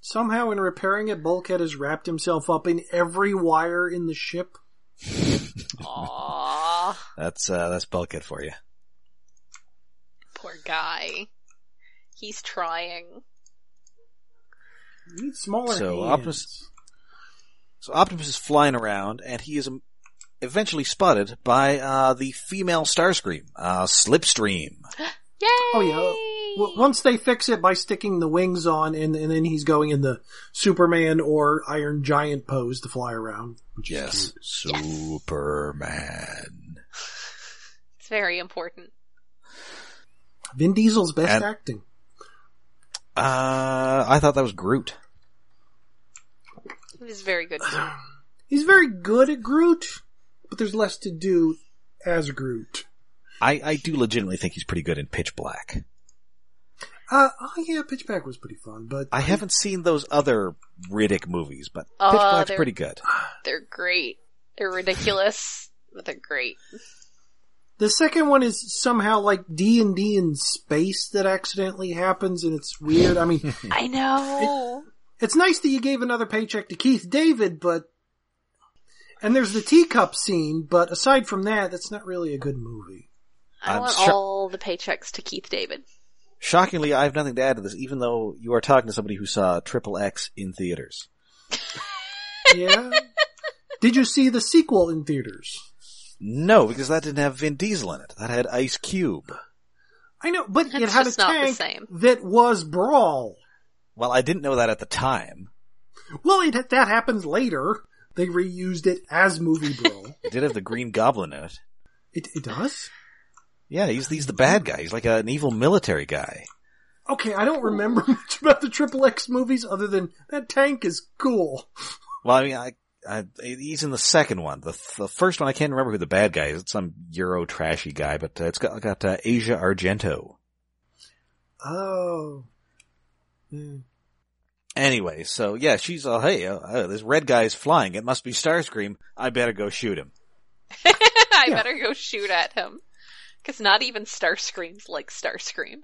Speaker 3: somehow, in repairing it, Bulkhead has wrapped himself up in every wire in the ship.
Speaker 2: Aww,
Speaker 1: That's, uh, that's Bulkhead for you.
Speaker 2: poor guy. He's trying.
Speaker 3: You Need smaller
Speaker 1: So,
Speaker 3: hands.
Speaker 1: Optimus- So Optimus is flying around, and he is um, eventually spotted by uh, the female Starscream, uh, Slipstream.
Speaker 2: Yay!
Speaker 3: Oh, yeah. W- once they fix it by sticking the wings on, and, and then he's going in the Superman or Iron Giant pose to fly around. Which is cute.
Speaker 1: Superman.
Speaker 2: It's very important.
Speaker 3: Vin Diesel's best
Speaker 1: And-
Speaker 3: acting.
Speaker 1: Uh, I thought that was Groot.
Speaker 2: It is very good.
Speaker 3: He's very good at Groot, but there's less to do as Groot.
Speaker 1: I, I do legitimately think he's pretty good in Pitch Black.
Speaker 3: Uh, oh yeah, Pitchback was pretty fun, but
Speaker 1: I haven't seen those other Riddick movies, but Pitch
Speaker 2: Uh,
Speaker 1: Black's
Speaker 2: they're-
Speaker 1: pretty good.
Speaker 2: They're great. They're ridiculous, but they're great.
Speaker 3: The second one is somehow like D and D in space that accidentally happens, and it's weird. I mean,
Speaker 2: I know.
Speaker 3: it's nice that you gave another paycheck to Keith David, but and there's the teacup scene, but aside from that, that's not really a good movie.
Speaker 2: I
Speaker 1: I'm
Speaker 2: want
Speaker 1: sure-
Speaker 2: all the paychecks to Keith David.
Speaker 1: Shockingly, I have nothing to add to this, even though you are talking to somebody who saw Triple X in theaters.
Speaker 3: Yeah. Did you see the sequel in theaters?
Speaker 1: No, because that didn't have Vin Diesel in it. That had Ice Cube.
Speaker 3: I know, but it
Speaker 2: It's
Speaker 3: had a
Speaker 2: just not the
Speaker 3: tank
Speaker 2: same.
Speaker 3: that was Brawl.
Speaker 1: Well, I didn't know that at the time.
Speaker 3: Well, it, that happens later. They reused it as movie Brawl.
Speaker 1: It did have the Green Goblin in it.
Speaker 3: it, it does.
Speaker 1: Yeah, he's he's the bad guy. He's like an evil military guy.
Speaker 3: Okay, I don't remember much about the Triple X movies other than that tank is cool.
Speaker 1: Well, I mean, I, I he's in the second one. The the first one, I can't remember who the bad guy is. It's some Euro trashy guy, but uh, it's got got uh, Asia Argento.
Speaker 3: Oh. Hmm.
Speaker 1: Anyway, so yeah, she's all hey, uh, uh, this red guy is flying. It must be Starscream. I better go shoot him.
Speaker 2: I
Speaker 3: Yeah.
Speaker 2: better go shoot at him. Because not even Starscream's like Starscream.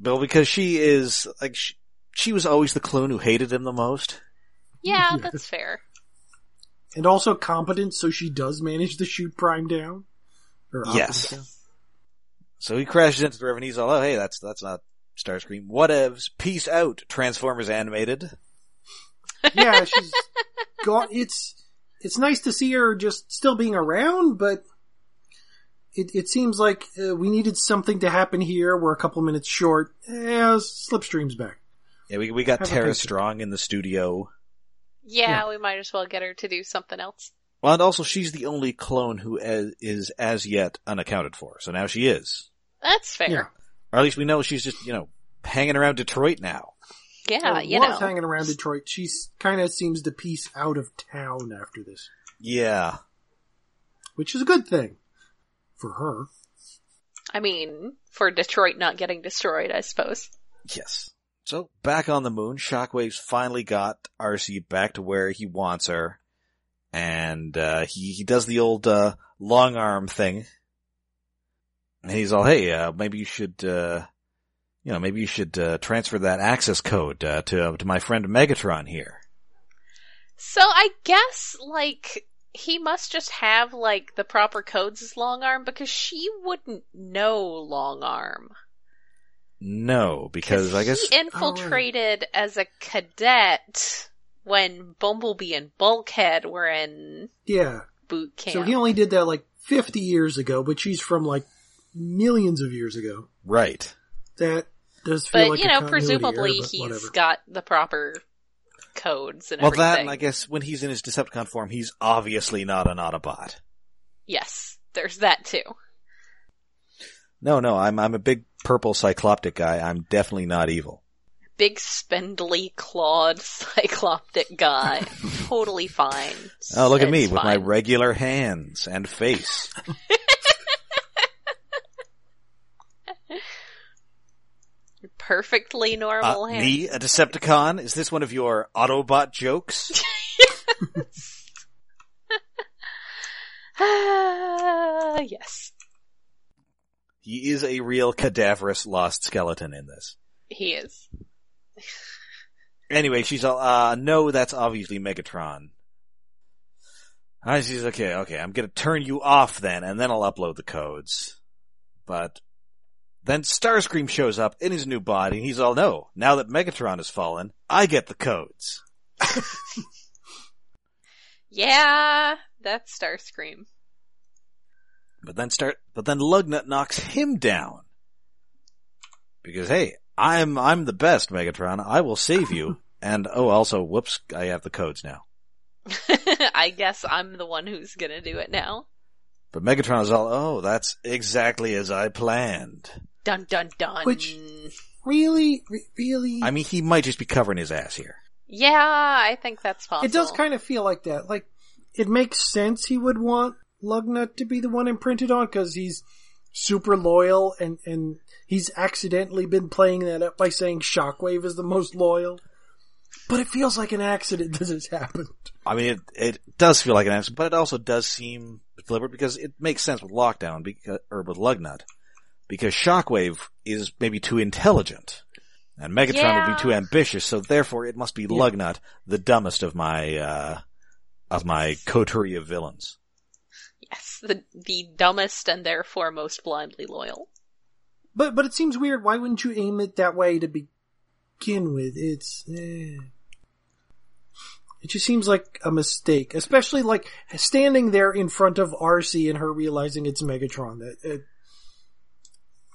Speaker 1: Bill, because she is like she, she was always the clone who hated him the most.
Speaker 2: Yeah,
Speaker 3: Yes.
Speaker 2: that's fair.
Speaker 3: and also competent, so she does manage to shoot Prime down. Or
Speaker 1: Yes.
Speaker 3: Optimus down.
Speaker 1: So he crashes into the river and he's all, "Oh, hey, that's that's not Starscream. Whatevs. Peace out. Transformers animated.
Speaker 3: yeah, she's gone. It's it's nice to see her just still being around, but it it seems like uh, we needed something to happen here. We're a couple minutes short. Yeah, Slipstream's back.
Speaker 1: Yeah, we we got
Speaker 3: Have a
Speaker 1: Tara
Speaker 3: picture.
Speaker 1: Strong in the studio.
Speaker 2: Yeah,
Speaker 3: Yeah.
Speaker 2: we might as well get her to do something else.
Speaker 1: Well, and also she's the only clone who as, is as yet unaccounted for. So now she is,
Speaker 2: That's fair.
Speaker 1: or at least we know she's just you know hanging around Detroit now.
Speaker 2: Yeah,
Speaker 3: Well,
Speaker 2: you
Speaker 3: was
Speaker 2: know.
Speaker 3: hanging around Detroit. She kind of seems to piece out of town after this,
Speaker 1: Yeah,
Speaker 3: which is a good thing for her.
Speaker 2: I mean, for Detroit not getting destroyed, I suppose.
Speaker 1: yes. So back on the moon, Shockwave's finally got RC back to where he wants her, and uh, he he does the old uh, long arm thing. And he's all, "Hey, uh, maybe you should, uh, you know, maybe you should uh, transfer that access code uh, to to my friend Megatron here."
Speaker 2: So I guess, like, he must just have, like, the proper codes as long arm because she wouldn't know long arm.
Speaker 1: No, because I guess
Speaker 2: he infiltrated as a cadet when Bumblebee and Bulkhead were in
Speaker 3: Yeah.
Speaker 2: boot camp.
Speaker 3: So he only did that like 50 years ago, but she's from like millions of years ago.
Speaker 1: right.
Speaker 3: That does feel
Speaker 2: but
Speaker 3: like
Speaker 2: you
Speaker 3: a
Speaker 2: know,
Speaker 3: continuity
Speaker 2: presumably
Speaker 3: error, but
Speaker 2: he's
Speaker 3: whatever.
Speaker 2: got the proper codes and
Speaker 1: Well,
Speaker 2: everything.
Speaker 1: that and I guess when he's in his Decepticon form, he's obviously not an Autobot.
Speaker 2: Yes, there's that too.
Speaker 1: No, no, I'm I'm a big purple cycloptic guy. I'm definitely not evil.
Speaker 2: Big spindly clawed cycloptic guy, totally fine.
Speaker 1: Oh, look at
Speaker 2: It's
Speaker 1: me with my
Speaker 2: fine.
Speaker 1: regular hands and face.
Speaker 2: perfectly normal
Speaker 1: Uh,
Speaker 2: hand.
Speaker 1: me, a Decepticon? Is this one of your Autobot jokes?
Speaker 2: Ah, yes,
Speaker 1: he is a real cadaverous lost skeleton in this.
Speaker 2: he is.
Speaker 1: Anyway, she's all, uh, no, that's obviously Megatron. I she's okay, okay, I'm gonna turn you off then, and then I'll upload the codes. But then Starscream shows up in his new body, and he's all, no, now that Megatron has fallen, I get the codes.
Speaker 2: Yeah, that's Starscream.
Speaker 1: But then start, but then Lugnut knocks him down. Because hey, I'm, I'm the best, Megatron, I will save you. and oh, also, whoops, I have the codes now.
Speaker 2: I guess I'm the one who's gonna do it now.
Speaker 1: But Megatron is all, oh, that's exactly as I planned.
Speaker 2: Dun dun dun.
Speaker 3: Which- Really? Re- really?
Speaker 1: I mean, he might just be covering his ass here.
Speaker 2: Yeah, I think that's possible.
Speaker 3: it does kind of feel like that. Like, it makes sense he would want Lugnut to be the one imprinted on because he's super loyal and, and he's accidentally been playing that up by saying Shockwave is the most loyal. But it feels like an accident that has happened.
Speaker 1: I mean, it, it does feel like an accident, but it also does seem deliberate because it makes sense with Lockdown because, or with Lugnut because Shockwave is maybe too intelligent and Megatron would
Speaker 2: Yeah.
Speaker 1: be too ambitious. So therefore it must be Lugnut, the dumbest of my, uh, of my coterie of villains.
Speaker 2: Yes, the the dumbest and therefore most blindly loyal.
Speaker 3: But but it seems weird. Why wouldn't you aim it that way to begin with? It's eh. it just seems like a mistake, especially like standing there in front of RC and her realizing it's Megatron. That it,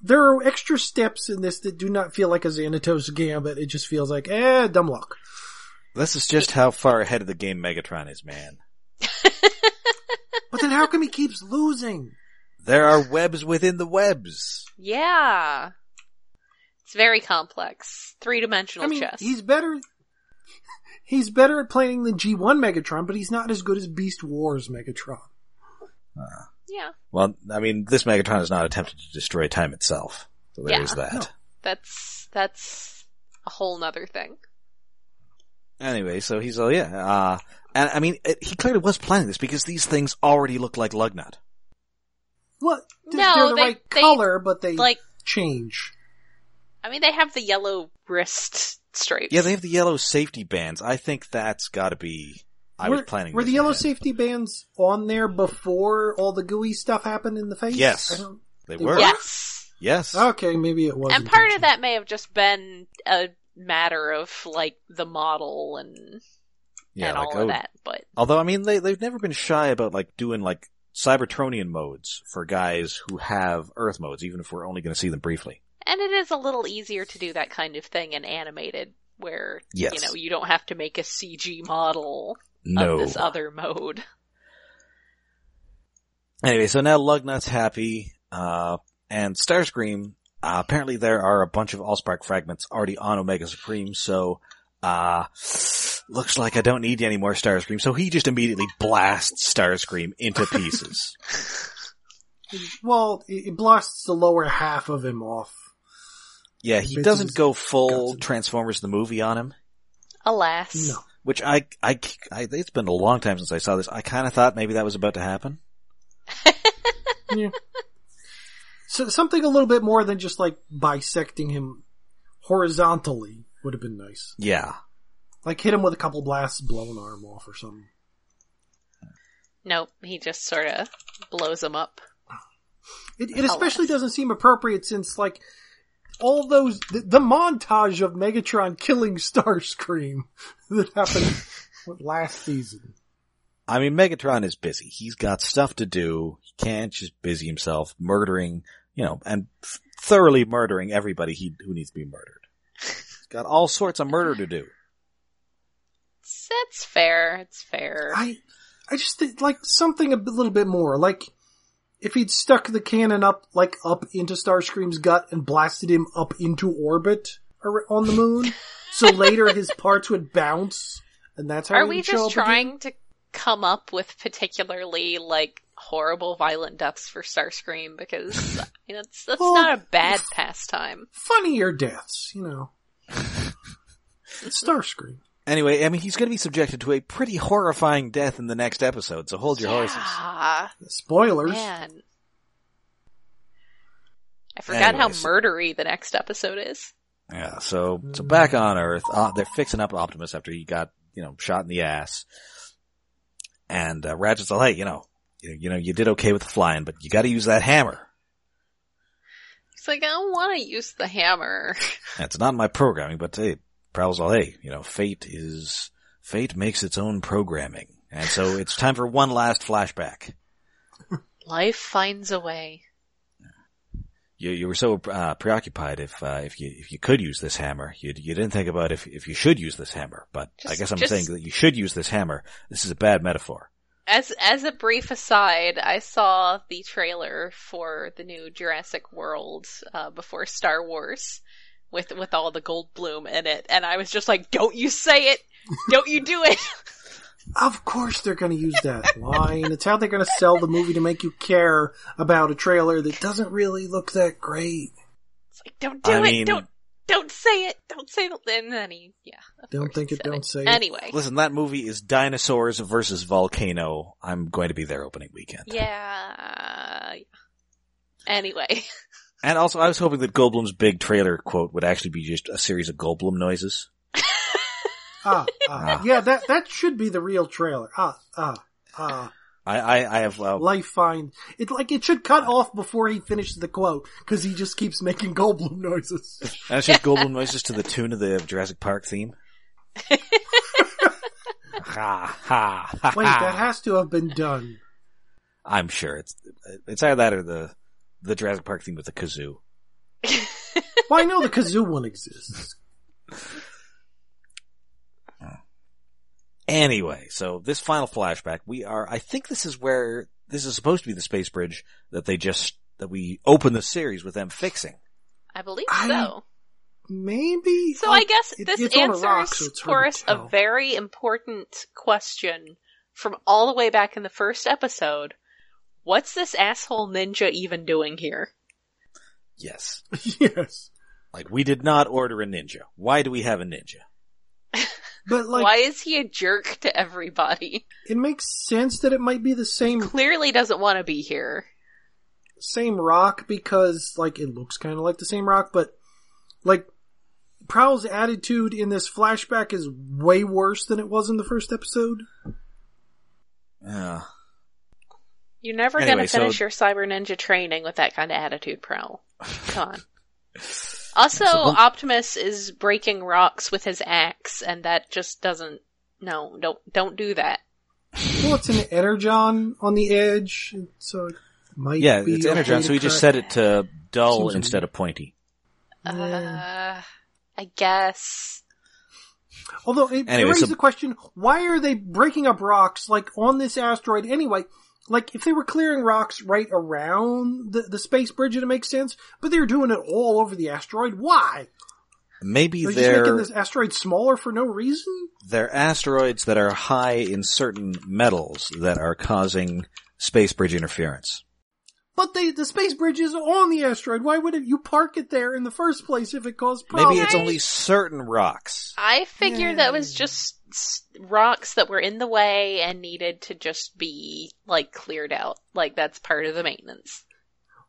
Speaker 3: there are extra steps in this that do not feel like a Xanatos gambit. It just feels like eh, dumb luck.
Speaker 1: This is just how far ahead of the game Megatron is, man.
Speaker 3: But then how come he keeps losing?
Speaker 1: There are webs within the webs.
Speaker 2: Yeah. It's very complex. Three dimensional
Speaker 3: I mean,
Speaker 2: chess.
Speaker 3: he's better. He's better at playing than G1 Megatron, but he's not as good as Beast Wars Megatron.
Speaker 2: Yeah.
Speaker 1: Well, I mean, this Megatron has not attempted to destroy time itself. So there
Speaker 2: Yeah.
Speaker 1: is that.
Speaker 2: That's that's a whole nother thing.
Speaker 1: Anyway, so he's all, yeah, uh, and I mean, it, he clearly was planning this because these things already look like Lugnut.
Speaker 3: What? They're,
Speaker 2: No,
Speaker 3: they're the
Speaker 2: they-
Speaker 3: right
Speaker 2: they-
Speaker 3: color, but they
Speaker 2: Like,
Speaker 3: change.
Speaker 2: I mean, they have the yellow wrist stripes.
Speaker 1: Yeah, they have the yellow safety bands. I think that's got to be. I
Speaker 3: were,
Speaker 1: was planning.
Speaker 3: Were
Speaker 1: to
Speaker 3: the
Speaker 1: do
Speaker 3: yellow
Speaker 1: that.
Speaker 3: safety bands on there before all the gooey stuff happened in the face?
Speaker 1: Yes.
Speaker 3: I don't-
Speaker 1: They
Speaker 3: they
Speaker 1: were.
Speaker 3: were?
Speaker 2: Yes.
Speaker 1: Yes.
Speaker 3: Okay, maybe it was.
Speaker 2: And part of that may have just been a matter of like the model and
Speaker 1: yeah,
Speaker 2: and
Speaker 1: like,
Speaker 2: all
Speaker 1: oh,
Speaker 2: of that, but
Speaker 1: Although, I mean, they, they've never been shy about like doing like Cybertronian modes for guys who have Earth modes, even if we're only going to see them briefly.
Speaker 2: and it is a little easier to do that kind of thing in animated where
Speaker 1: Yes.
Speaker 2: you know you don't have to make a CG model
Speaker 1: No.
Speaker 2: of this other mode.
Speaker 1: Anyway, so now Lugnut's happy, uh, and Starscream, uh, apparently there are a bunch of Allspark fragments already on Omega Supreme, so, uh, looks like I don't need any more Starscream, so he just immediately blasts Starscream into pieces.
Speaker 3: Well, it, it blasts the lower half of him off.
Speaker 1: yeah, he
Speaker 3: Bits
Speaker 1: doesn't
Speaker 3: is-
Speaker 1: go full
Speaker 3: guts.
Speaker 1: Transformers the movie on him,
Speaker 2: Alas.
Speaker 3: No.
Speaker 1: which I, I, I- it's been a long time since I saw this. I kinda thought maybe that was about to happen.
Speaker 3: So, something a little bit more than just like bisecting him horizontally would have been nice.
Speaker 1: Yeah.
Speaker 3: Like hit him with a couple blasts, blow an arm off or something.
Speaker 2: Nope, he just sort of blows him up.
Speaker 3: It,
Speaker 2: Oh,
Speaker 3: it especially doesn't seem appropriate since like all those the, the montage of Megatron killing Starscream that happened what, last season.
Speaker 1: I mean, Megatron is busy. He's got stuff to do. He can't just busy himself murdering, you know, and f- thoroughly murdering everybody he, who needs to be murdered. He's got all sorts of murder to do.
Speaker 2: It's- It's fair. It's fair.
Speaker 3: I I just think, like something a b- little bit more like if he'd stuck the cannon up like up into Starscream's gut and blasted him up into orbit ar- on the moon, so later his parts would bounce. And that's how
Speaker 2: Are
Speaker 3: he'd
Speaker 2: we
Speaker 3: show
Speaker 2: just
Speaker 3: up again.
Speaker 2: trying to come up with particularly like horrible violent deaths for Starscream because you know that's, that's
Speaker 3: Well-
Speaker 2: not a bad pastime.
Speaker 3: funnier deaths, you know. it's Starscream.
Speaker 1: Anyway, I mean, he's going to be subjected to a pretty horrifying death in the next episode, so hold your horses.
Speaker 2: yeah,
Speaker 3: Spoilers.
Speaker 2: man. I forgot how
Speaker 1: Anyways.
Speaker 2: murdery the next episode is.
Speaker 1: Yeah, so, so back on Earth, uh, they're fixing up Optimus after he got, you know, shot in the ass. And, uh, Ratchet's like, hey, you know, you, you know, you did okay with the flying, but you gotta use that hammer.
Speaker 2: He's like, I don't want to use the hammer.
Speaker 1: That's not my programming, but hey, Prowl's all, hey, you know, fate is, fate makes its own programming. And so it's time for one last flashback.
Speaker 2: Life finds a way.
Speaker 1: You, you were so, uh, preoccupied if, uh, if you, if you could use this hammer, you, you didn't think about if, if you should use this hammer, but I
Speaker 2: Just-
Speaker 1: guess I'm
Speaker 2: just-
Speaker 1: saying that you should use this hammer. This is a bad metaphor.
Speaker 2: As as a brief aside, I saw the trailer for the new Jurassic World uh, before Star Wars, with with all the gold bloom in it, and I was just like, "Don't you say it! Don't you do it!"
Speaker 3: Of course they're gonna use that line. It's how they're gonna sell the movie to make you care about a trailer that doesn't really look that great.
Speaker 2: It's like, "Don't do
Speaker 1: I
Speaker 2: it!
Speaker 1: mean-
Speaker 2: don't don't say it! Don't say it!" And then he, yeah, of
Speaker 3: Don't
Speaker 2: course
Speaker 3: think
Speaker 2: he
Speaker 3: it,
Speaker 2: said
Speaker 3: don't say it.
Speaker 2: Anyway,
Speaker 1: Listen, that movie is dinosaurs versus volcano. I'm going to be there opening weekend.
Speaker 2: yeah. Anyway,
Speaker 1: And also, I was hoping that Goldblum's big trailer quote would actually be just a series of Goldblum noises.
Speaker 3: Ah, ah. yeah, that, that should be the real trailer. Ah, ah, ah.
Speaker 1: I, I, I have, uh,
Speaker 3: Life find. It like, it should cut off before he finishes the quote, cause he just keeps making Goldblum noises.
Speaker 1: And it's just Goldblum noises to the tune of the Jurassic Park theme. ha ha ha!
Speaker 3: Wait,
Speaker 1: ha.
Speaker 3: that has to have been done.
Speaker 1: I'm sure it's it's either that or the the Jurassic Park theme with the kazoo.
Speaker 3: Well, I know the kazoo one exists.
Speaker 1: Anyway, so this final flashback, we are. I think this is where this is supposed to be the space bridge that they just that we open the series with them fixing.
Speaker 2: I believe
Speaker 3: I-
Speaker 2: so.
Speaker 3: Maybe. Oh,
Speaker 2: So I guess
Speaker 3: it-
Speaker 2: this
Speaker 3: it's on a
Speaker 2: answers
Speaker 3: rock, so it's hard
Speaker 2: for
Speaker 3: to
Speaker 2: us a
Speaker 3: tell.
Speaker 2: very important question from all the way back in the first episode. What's this asshole ninja even doing here?
Speaker 1: Yes,
Speaker 3: yes.
Speaker 1: like we did not order a ninja. Why do we have a ninja?
Speaker 3: But like,
Speaker 2: Why is he a jerk to everybody?
Speaker 3: it makes sense that it might be the same
Speaker 2: Clearly doesn't want to be here.
Speaker 3: same rock because like it looks kind of like the same rock, but like Prowl's attitude in this flashback is way worse than it was in the first episode.
Speaker 1: Yeah.
Speaker 2: You're never
Speaker 1: Anyway,
Speaker 2: gonna finish
Speaker 1: so-
Speaker 2: your cyber ninja training with that kind of attitude, Prowl. Come on. Also,
Speaker 1: So-
Speaker 2: Optimus is breaking rocks with his axe, and that just doesn't. No, don't don't do that.
Speaker 3: Well, it's an energon on the edge, so it might
Speaker 1: yeah,
Speaker 3: be
Speaker 1: it's
Speaker 3: okay
Speaker 1: energon,
Speaker 3: to
Speaker 1: so he just
Speaker 3: cut.
Speaker 1: set it to dull
Speaker 3: Seems-
Speaker 1: instead of pointy.
Speaker 2: Uh, I guess.
Speaker 3: Although it
Speaker 1: Anyway,
Speaker 3: raises
Speaker 1: so-
Speaker 3: the question, why are they breaking up rocks like on this asteroid anyway? Like if they were clearing rocks right around the, the space bridge, it makes sense. But they're doing it all over the asteroid. Why?
Speaker 1: Maybe
Speaker 3: They're just making
Speaker 1: they're
Speaker 3: this asteroid smaller for no reason.
Speaker 1: they're asteroids that are high in certain metals that are causing space bridge interference.
Speaker 3: But they, the space bridge is on the asteroid. Why wouldn't you park it there in the first place if it caused problems?
Speaker 1: Maybe it's only certain rocks.
Speaker 2: I figure that was just s- rocks that were in the way and needed to just be like cleared out. Like that's part of the maintenance.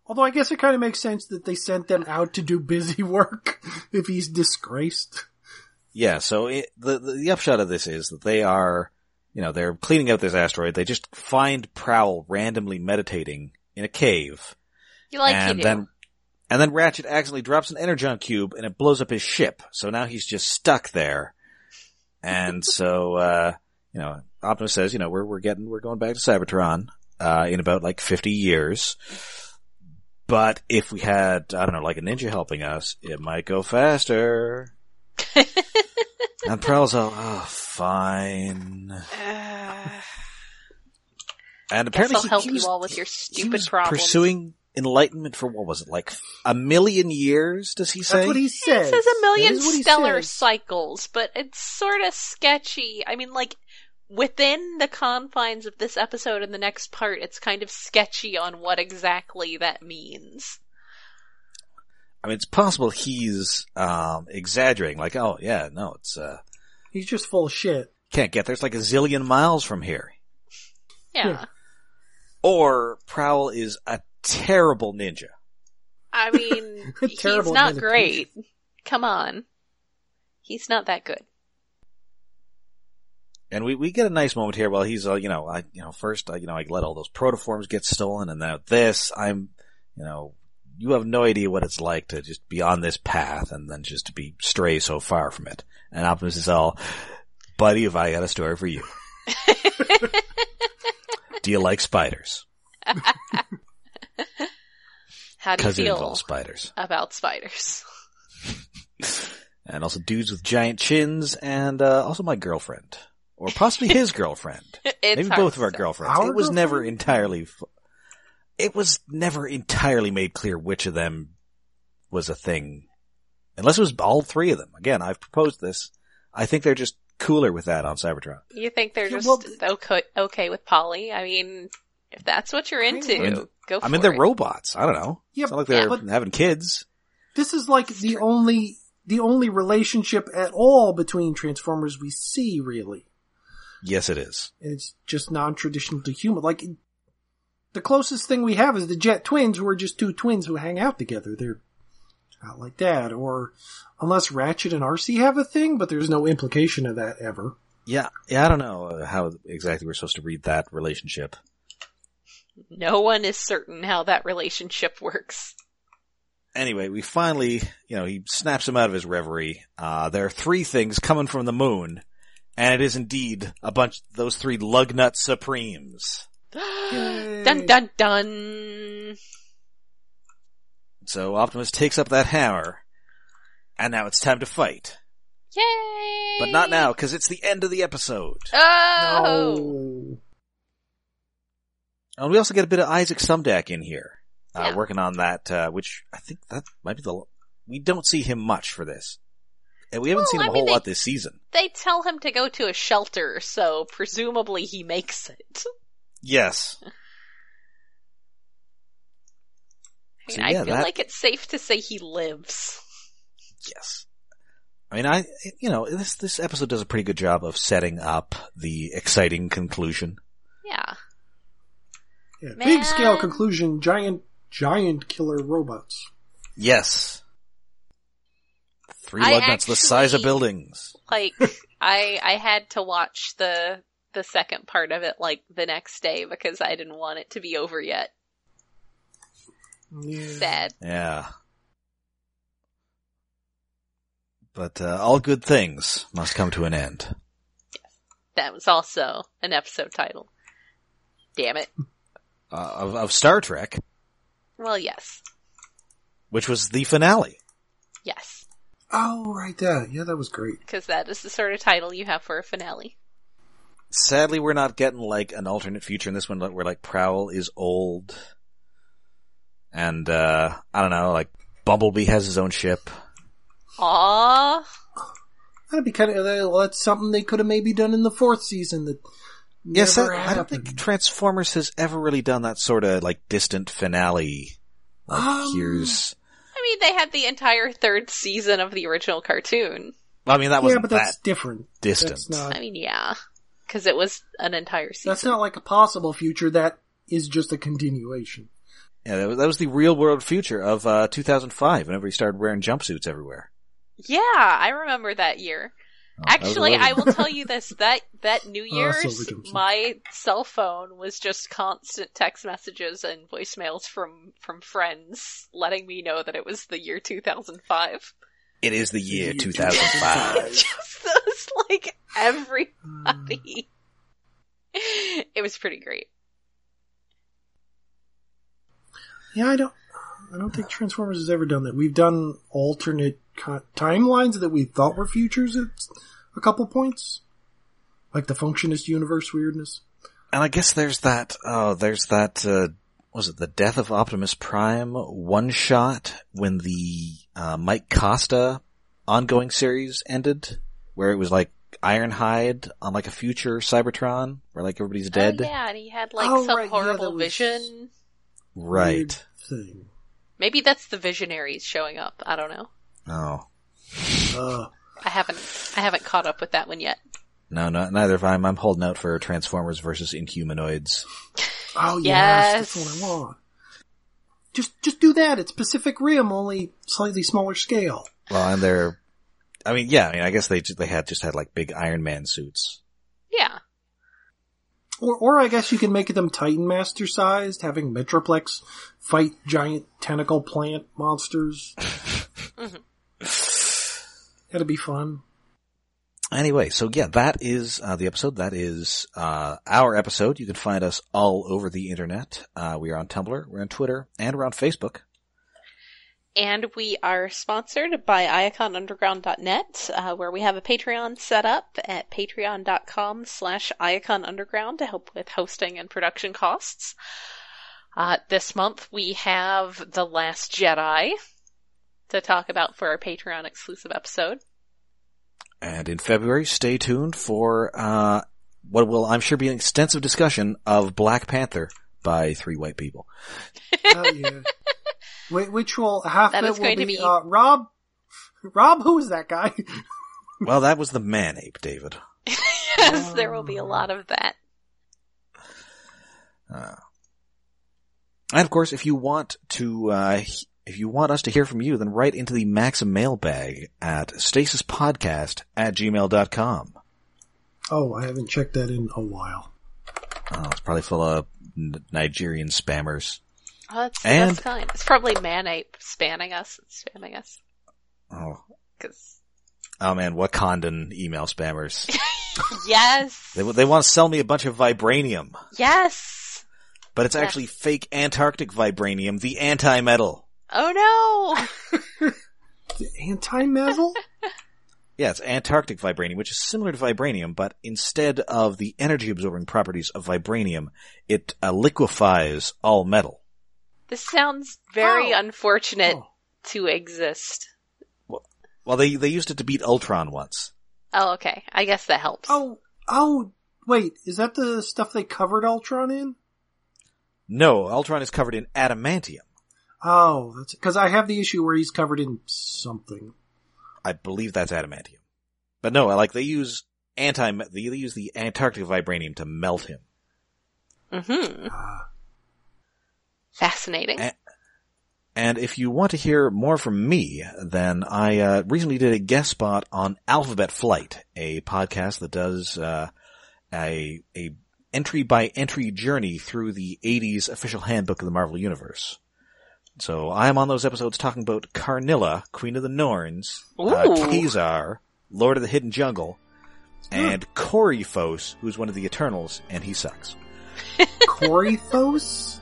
Speaker 3: Although I guess it kind of makes sense that they sent them out to do busy work if he's disgraced.
Speaker 1: Yeah, so it, the, the the upshot of this is that they are, you know, they're cleaning out this asteroid. They just find Prowl randomly meditating in a cave,
Speaker 2: You like
Speaker 1: and
Speaker 2: you do.
Speaker 1: then and then Ratchet accidentally drops an energon cube, and it blows up his ship. So now he's just stuck there, and so uh, you know, Optimus says, you know, we're we're getting we're going back to Cybertron uh, in about like fifty years. But if we had, I don't know, like a ninja helping us, it might go faster. And Prowl's all, oh, fine.
Speaker 2: Uh,
Speaker 1: And
Speaker 2: guess
Speaker 1: apparently
Speaker 2: I'll
Speaker 1: he,
Speaker 2: help
Speaker 1: he
Speaker 2: you
Speaker 1: was,
Speaker 2: all with your
Speaker 1: he
Speaker 2: stupid
Speaker 1: was
Speaker 2: problems.
Speaker 1: pursuing enlightenment for what was it, like a million years, does he say?
Speaker 3: That's what he
Speaker 2: It
Speaker 3: says.
Speaker 2: says a
Speaker 3: That
Speaker 2: million
Speaker 3: is what he
Speaker 2: stellar
Speaker 3: says.
Speaker 2: cycles, but it's sort of sketchy. I mean, like, within the confines of this episode and the next part, it's kind of sketchy on what exactly that means.
Speaker 1: I mean, it's possible he's, um, exaggerating, like, oh yeah, no, it's, uh,
Speaker 3: He's just full of shit.
Speaker 1: can't get there, it's like a zillion miles from here.
Speaker 2: Yeah.
Speaker 3: Yeah.
Speaker 1: Or Prowl is a terrible ninja.
Speaker 2: I mean, he's
Speaker 3: Terrible
Speaker 2: not
Speaker 3: meditation.
Speaker 2: great. Come on. He's not that good.
Speaker 1: And we, we get a nice moment here while he's, uh, you know, I, you know, first, I, you know, I let all those protoforms get stolen and now this, I'm, you know, you have no idea what it's like to just be on this path and then just to be stray so far from it. And Optimus is all, buddy, have I got a story for you? Do you like spiders?
Speaker 2: How do you
Speaker 1: Cause it
Speaker 2: feel
Speaker 1: involves spiders.
Speaker 2: about spiders?
Speaker 1: And also dudes with giant chins and, uh, also my girlfriend. Or possibly his girlfriend.
Speaker 2: it's
Speaker 1: Maybe
Speaker 2: hard
Speaker 1: both of our
Speaker 2: stuff.
Speaker 1: girlfriends.
Speaker 3: Our
Speaker 1: it was never
Speaker 3: girlfriend?
Speaker 1: entirely. f- It was never entirely made clear which of them was a thing, unless it was all three of them. Again, I've proposed this. I think they're just cooler with that on Cybertron.
Speaker 2: You think they're
Speaker 3: Yeah,
Speaker 2: just
Speaker 3: well,
Speaker 2: okay, okay with Polly? I mean, if that's what you're
Speaker 3: Kind
Speaker 2: into,
Speaker 3: of.
Speaker 1: I mean,
Speaker 2: go for
Speaker 1: I mean, they're
Speaker 2: it.
Speaker 1: robots. I don't know.
Speaker 3: Yeah,
Speaker 1: it's not like they're
Speaker 3: but-
Speaker 1: having kids.
Speaker 3: This is like the only the only relationship at all between Transformers we see really.
Speaker 1: Yes, it is.
Speaker 3: And it's just non-traditional to human. Like the closest thing we have is the Jet Twins who are just two twins who hang out together. They're not like that or unless Ratchet and RC have a thing, but there's no implication of that ever.
Speaker 1: Yeah, yeah. I don't know uh, how exactly we're supposed to read that relationship.
Speaker 2: No one is certain how that relationship works.
Speaker 1: Anyway, we finally, you know, he snaps him out of his reverie. Uh, there are three things coming from the moon, and it is indeed a bunch, those three Lugnut Supremes.
Speaker 2: dun dun dun.
Speaker 1: So Optimus takes up that hammer, and now it's time to fight.
Speaker 2: Yay!
Speaker 1: But not now, cause it's the end of the episode.
Speaker 2: Oh,
Speaker 3: No.
Speaker 1: And we also get a bit of Isaac Sumdack in here, uh,
Speaker 2: Yeah.
Speaker 1: working on that, uh, which I think that might be the, we don't see him much for this. And we haven't seen
Speaker 2: Well,
Speaker 1: him
Speaker 2: I
Speaker 1: a
Speaker 2: mean,
Speaker 1: whole
Speaker 2: they-
Speaker 1: lot this season.
Speaker 2: they tell him to go to a shelter, so presumably he makes it.
Speaker 1: Yes.
Speaker 2: I, mean,
Speaker 1: So,
Speaker 2: I
Speaker 1: yeah,
Speaker 2: feel
Speaker 1: that-
Speaker 2: like it's safe to say he lives.
Speaker 1: Yes. I mean, I, you know, this, this episode does a pretty good job of setting up the exciting conclusion.
Speaker 2: Yeah.
Speaker 3: Yeah,
Speaker 2: Man.
Speaker 3: big scale conclusion, giant giant killer robots.
Speaker 1: Yes. Three
Speaker 2: I
Speaker 1: lug nuts the size of
Speaker 2: actually-
Speaker 1: buildings.
Speaker 2: Like I I had to watch the the second part of it like the next day because I didn't want it to be over yet.
Speaker 3: Yeah.
Speaker 2: Sad.
Speaker 1: Yeah. But uh, all good things must come to an end.
Speaker 2: That was also an episode title. Damn it.
Speaker 1: Uh, of, of Star Trek,
Speaker 2: Well, yes.
Speaker 1: which was the finale.
Speaker 2: Yes.
Speaker 3: Oh, right there. Yeah, that was great.
Speaker 2: Because that is the sort of title you have for a finale.
Speaker 1: Sadly, we're not getting like an alternate future in this one like, where like Prowl is old. And, uh, I don't know, like Bumblebee has his own ship.
Speaker 2: Aww.
Speaker 3: That'd be kind of well, that's something they could have maybe done in the fourth season that
Speaker 1: Yes,
Speaker 3: never
Speaker 1: I, I don't
Speaker 3: happened.
Speaker 1: think Transformers has ever really done that sort of like distant finale. Like
Speaker 3: Um,
Speaker 1: here's,
Speaker 2: I mean, they had the entire third season of the original cartoon.
Speaker 1: I mean that
Speaker 3: yeah,
Speaker 1: wasn't
Speaker 3: but
Speaker 1: that
Speaker 3: that's different.
Speaker 1: distant.
Speaker 3: That's not.
Speaker 2: I mean, yeah. Because it was an entire season.
Speaker 3: Uh, That's not like a possible future. That is just a continuation.
Speaker 1: Yeah, that was, that was the real world future of uh, 2005. Whenever he started wearing jumpsuits everywhere. Oh,
Speaker 2: Yeah, I remember that year.
Speaker 1: that was
Speaker 2: Actually,
Speaker 1: amazing.
Speaker 2: I will tell you this: that that New
Speaker 3: Oh,
Speaker 2: Year's,
Speaker 3: Silver Johnson.
Speaker 2: my cell phone was just constant text messages and voicemails from from friends letting me know that it was the year 2005.
Speaker 1: It is the year
Speaker 3: Year Ah.
Speaker 1: 2005.
Speaker 2: just those, like everybody.
Speaker 3: Hmm.
Speaker 2: It was pretty great.
Speaker 3: Yeah, I don't. I don't think Transformers has ever done that. We've done alternate co- timelines that we thought were futures at a couple points, like the Functionist universe weirdness.
Speaker 1: and I guess there's that. Oh, there's that. Uh, was it the death of Optimus Prime one shot when the uh, Mike Costa ongoing series ended, where it was like Ironhide on like a future Cybertron, where like everybody's dead.
Speaker 2: Oh, yeah, and he had like
Speaker 3: Oh,
Speaker 2: some
Speaker 3: right, yeah,
Speaker 2: horrible
Speaker 3: that was-
Speaker 2: vision.
Speaker 3: Weird
Speaker 1: Right.
Speaker 3: thing.
Speaker 2: Maybe that's the visionaries showing up. I don't know.
Speaker 1: Oh
Speaker 3: Uh,
Speaker 2: I haven't I haven't caught up with that one yet.
Speaker 1: no, no, neither of I'm. I'm holding out for Transformers versus Inhumanoids.
Speaker 3: oh yes, that's
Speaker 2: Yes.
Speaker 3: what I want. Just, just do that. It's Pacific Rim, only slightly smaller scale.
Speaker 1: Well, and they're, I mean, yeah, I mean, I guess they ju- they had just had like big Iron Man suits.
Speaker 2: Yeah.
Speaker 3: Or, or I guess you can make them Titan Master sized, having Metroplex fight giant tentacle plant monsters. That'd be fun.
Speaker 1: Anyway, so yeah, that is uh, the episode. That is uh, our episode. You can find us all over the internet. Uh, we are on Tumblr, we're on Twitter, and we're on Facebook.
Speaker 2: And we are sponsored by iaconunderground.net, uh, where we have a Patreon set up at patreon.com slash iaconunderground to help with hosting and production costs. Uh, this month we have The Last Jedi to talk about for our Patreon exclusive episode.
Speaker 1: And in February, stay tuned for uh, what will, I'm sure, be an extensive discussion of Black Panther by three white people.
Speaker 3: Oh yeah. Wait, which will half
Speaker 2: That
Speaker 3: of it
Speaker 2: is
Speaker 3: will
Speaker 2: going to
Speaker 3: be,
Speaker 2: be-
Speaker 3: uh, Rob. Rob, who is that guy?
Speaker 1: Well, that was the man ape, David.
Speaker 2: yes, there will be
Speaker 3: Mm.
Speaker 2: a lot of that.
Speaker 1: Uh, and of course, if you want to, uh, he- if you want us to hear from you, then write into the Maxim mailbag at stasispodcast at gmail.com.
Speaker 3: oh, I haven't checked that in a while.
Speaker 1: Oh, it's probably full of N- Nigerian spammers.
Speaker 2: Oh, that's,
Speaker 1: And-
Speaker 2: that's kind. It's probably Manape spamming us, spamming us,
Speaker 1: Oh,
Speaker 2: 'cause-
Speaker 1: oh man, Wakandan email spammers.
Speaker 2: yes,
Speaker 1: they, they want to sell me a bunch of vibranium,
Speaker 2: yes.
Speaker 1: but it's actually fake Antarctic vibranium, the anti-metal.
Speaker 2: Oh no.
Speaker 3: Anti metal?
Speaker 1: Yeah, it's Antarctic vibranium, which is similar to vibranium, but instead of the energy absorbing properties of vibranium, it uh, liquefies all metal.
Speaker 2: This sounds very
Speaker 3: Oh.
Speaker 2: unfortunate
Speaker 3: Oh.
Speaker 2: to exist.
Speaker 1: Well, they, they used it to beat Ultron once.
Speaker 2: Oh, okay. I guess that helps.
Speaker 3: oh, oh, wait, is that the stuff they covered Ultron in?
Speaker 1: No, Ultron is covered in adamantium.
Speaker 3: Oh, that's because I have the issue where he's covered in something.
Speaker 1: I believe that's adamantium. But no, like they use anti they they use the Antarctic vibranium to melt him.
Speaker 2: hmm
Speaker 3: Ah. Eh.
Speaker 2: Fascinating.
Speaker 1: A- And if you want to hear more from me, then I uh, recently did a guest spot on Alphabet Flight, a podcast that does uh, a a entry by entry journey through the '80s official handbook of the Marvel Universe. So I am on those episodes talking about Carnilla, Queen of the Norns, uh,
Speaker 2: Ooh.
Speaker 1: Kazar, Lord of the Hidden Jungle, and Cory Fos, who's one of the Eternals, and he sucks.
Speaker 3: Coryphos?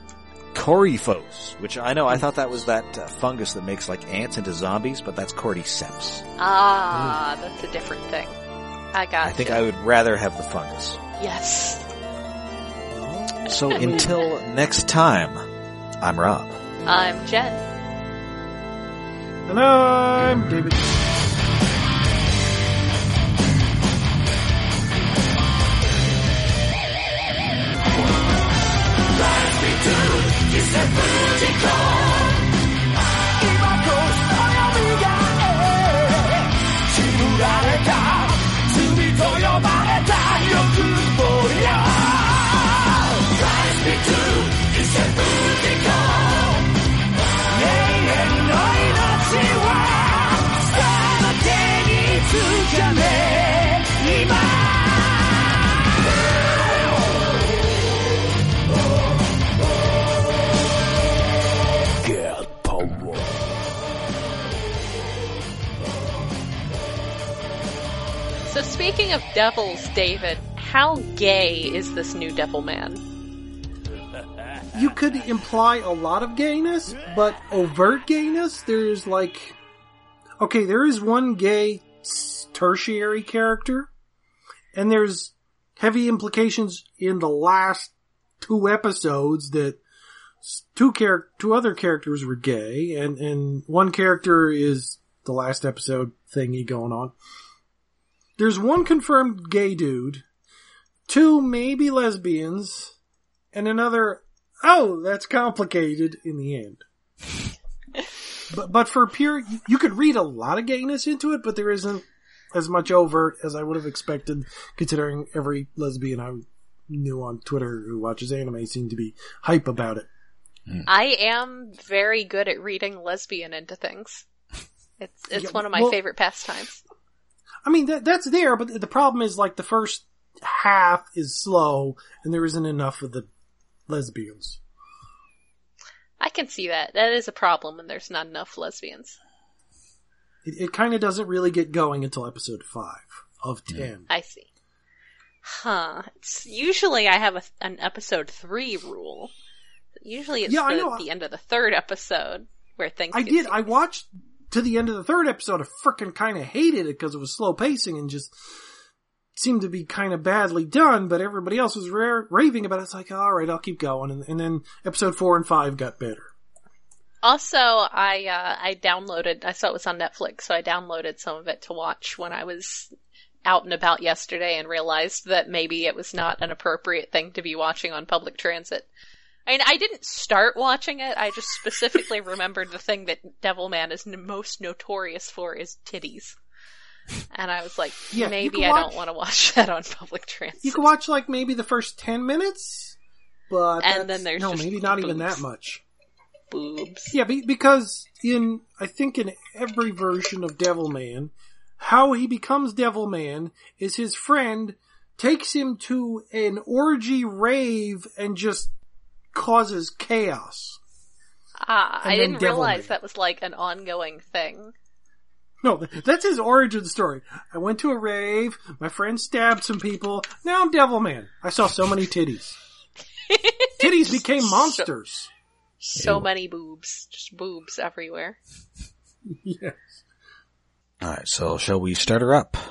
Speaker 1: Coryphos, which I know I thought that was that uh, fungus that makes like ants into zombies, but that's cordyceps.
Speaker 2: Ah, that's a different thing. I got
Speaker 1: I think I would rather have the fungus.
Speaker 2: Yes.
Speaker 1: So until next time, I'm Rob.
Speaker 2: I'm Jen.
Speaker 3: And I'm David.
Speaker 5: Get power.
Speaker 2: So speaking of devils, David, how gay is this new devil man?
Speaker 3: You could imply a lot of gayness, but overt gayness, there's like, okay, there is one gay s- tertiary character, and there's heavy implications in the last two episodes that s- two char- two other characters were gay, and, and one character is the last episode thingy going on. There's one confirmed gay dude, two maybe lesbians, and another, oh, that's complicated in the end. but, but for pure, you, you could read a lot of gayness into it, but there isn't as much overt as I would have expected, considering every lesbian I knew on Twitter who watches anime seemed to be hype about it.
Speaker 2: I am very good at reading lesbian into things. It's it's
Speaker 3: Yeah,
Speaker 2: one of my
Speaker 3: well-
Speaker 2: favorite pastimes.
Speaker 3: I mean, that, that's there, but the problem is like the first half is slow, and there isn't enough of the lesbians.
Speaker 2: I can see that. That is a problem when there's not enough lesbians.
Speaker 3: It, it kind of doesn't really get going until episode five of ten.
Speaker 2: I see. Huh. It's, usually I have a, an episode three rule. Usually it's
Speaker 3: Yeah, I
Speaker 2: the,
Speaker 3: know.
Speaker 2: the end of the third episode where things
Speaker 3: I
Speaker 2: get
Speaker 3: did. I watched to the end of the third episode. I frickin' kind of hated it because it was slow pacing and just seemed to be kind of badly done. But everybody else was ra- raving about it. It's like, all right, I'll keep going. And, and then episode four and five got better.
Speaker 2: Also, I uh, I downloaded. I saw it was on Netflix, so I downloaded some of it to watch when I was out and about yesterday, and realized that maybe it was not an appropriate thing to be watching on public transit. I mean, I didn't start watching it. I just specifically remembered the thing that Devilman is n- most notorious for is titties, and I was like,
Speaker 3: Yeah, you
Speaker 2: maybe
Speaker 3: can
Speaker 2: I
Speaker 3: watch-
Speaker 2: don't want to watch that on public transit.
Speaker 3: You can watch like maybe the first ten minutes, but
Speaker 2: And then
Speaker 3: that's-
Speaker 2: there's
Speaker 3: no,
Speaker 2: just
Speaker 3: maybe not even
Speaker 2: boobs.
Speaker 3: that much.
Speaker 2: boobs.
Speaker 3: Yeah, be- because in I think in every version of Devilman, how he becomes Devilman is his friend takes him to an orgy rave and just causes chaos.
Speaker 2: Ah,
Speaker 3: And
Speaker 2: I
Speaker 3: then
Speaker 2: didn't realize
Speaker 3: Devilman.
Speaker 2: that was like an ongoing thing.
Speaker 3: No, th- that's his origin story. I went to a rave, my friend stabbed some people, now I'm Devilman. I saw so many titties. titties became monsters.
Speaker 2: So many boobs, just boobs everywhere.
Speaker 3: Yeah.
Speaker 1: All right, so shall we start her up?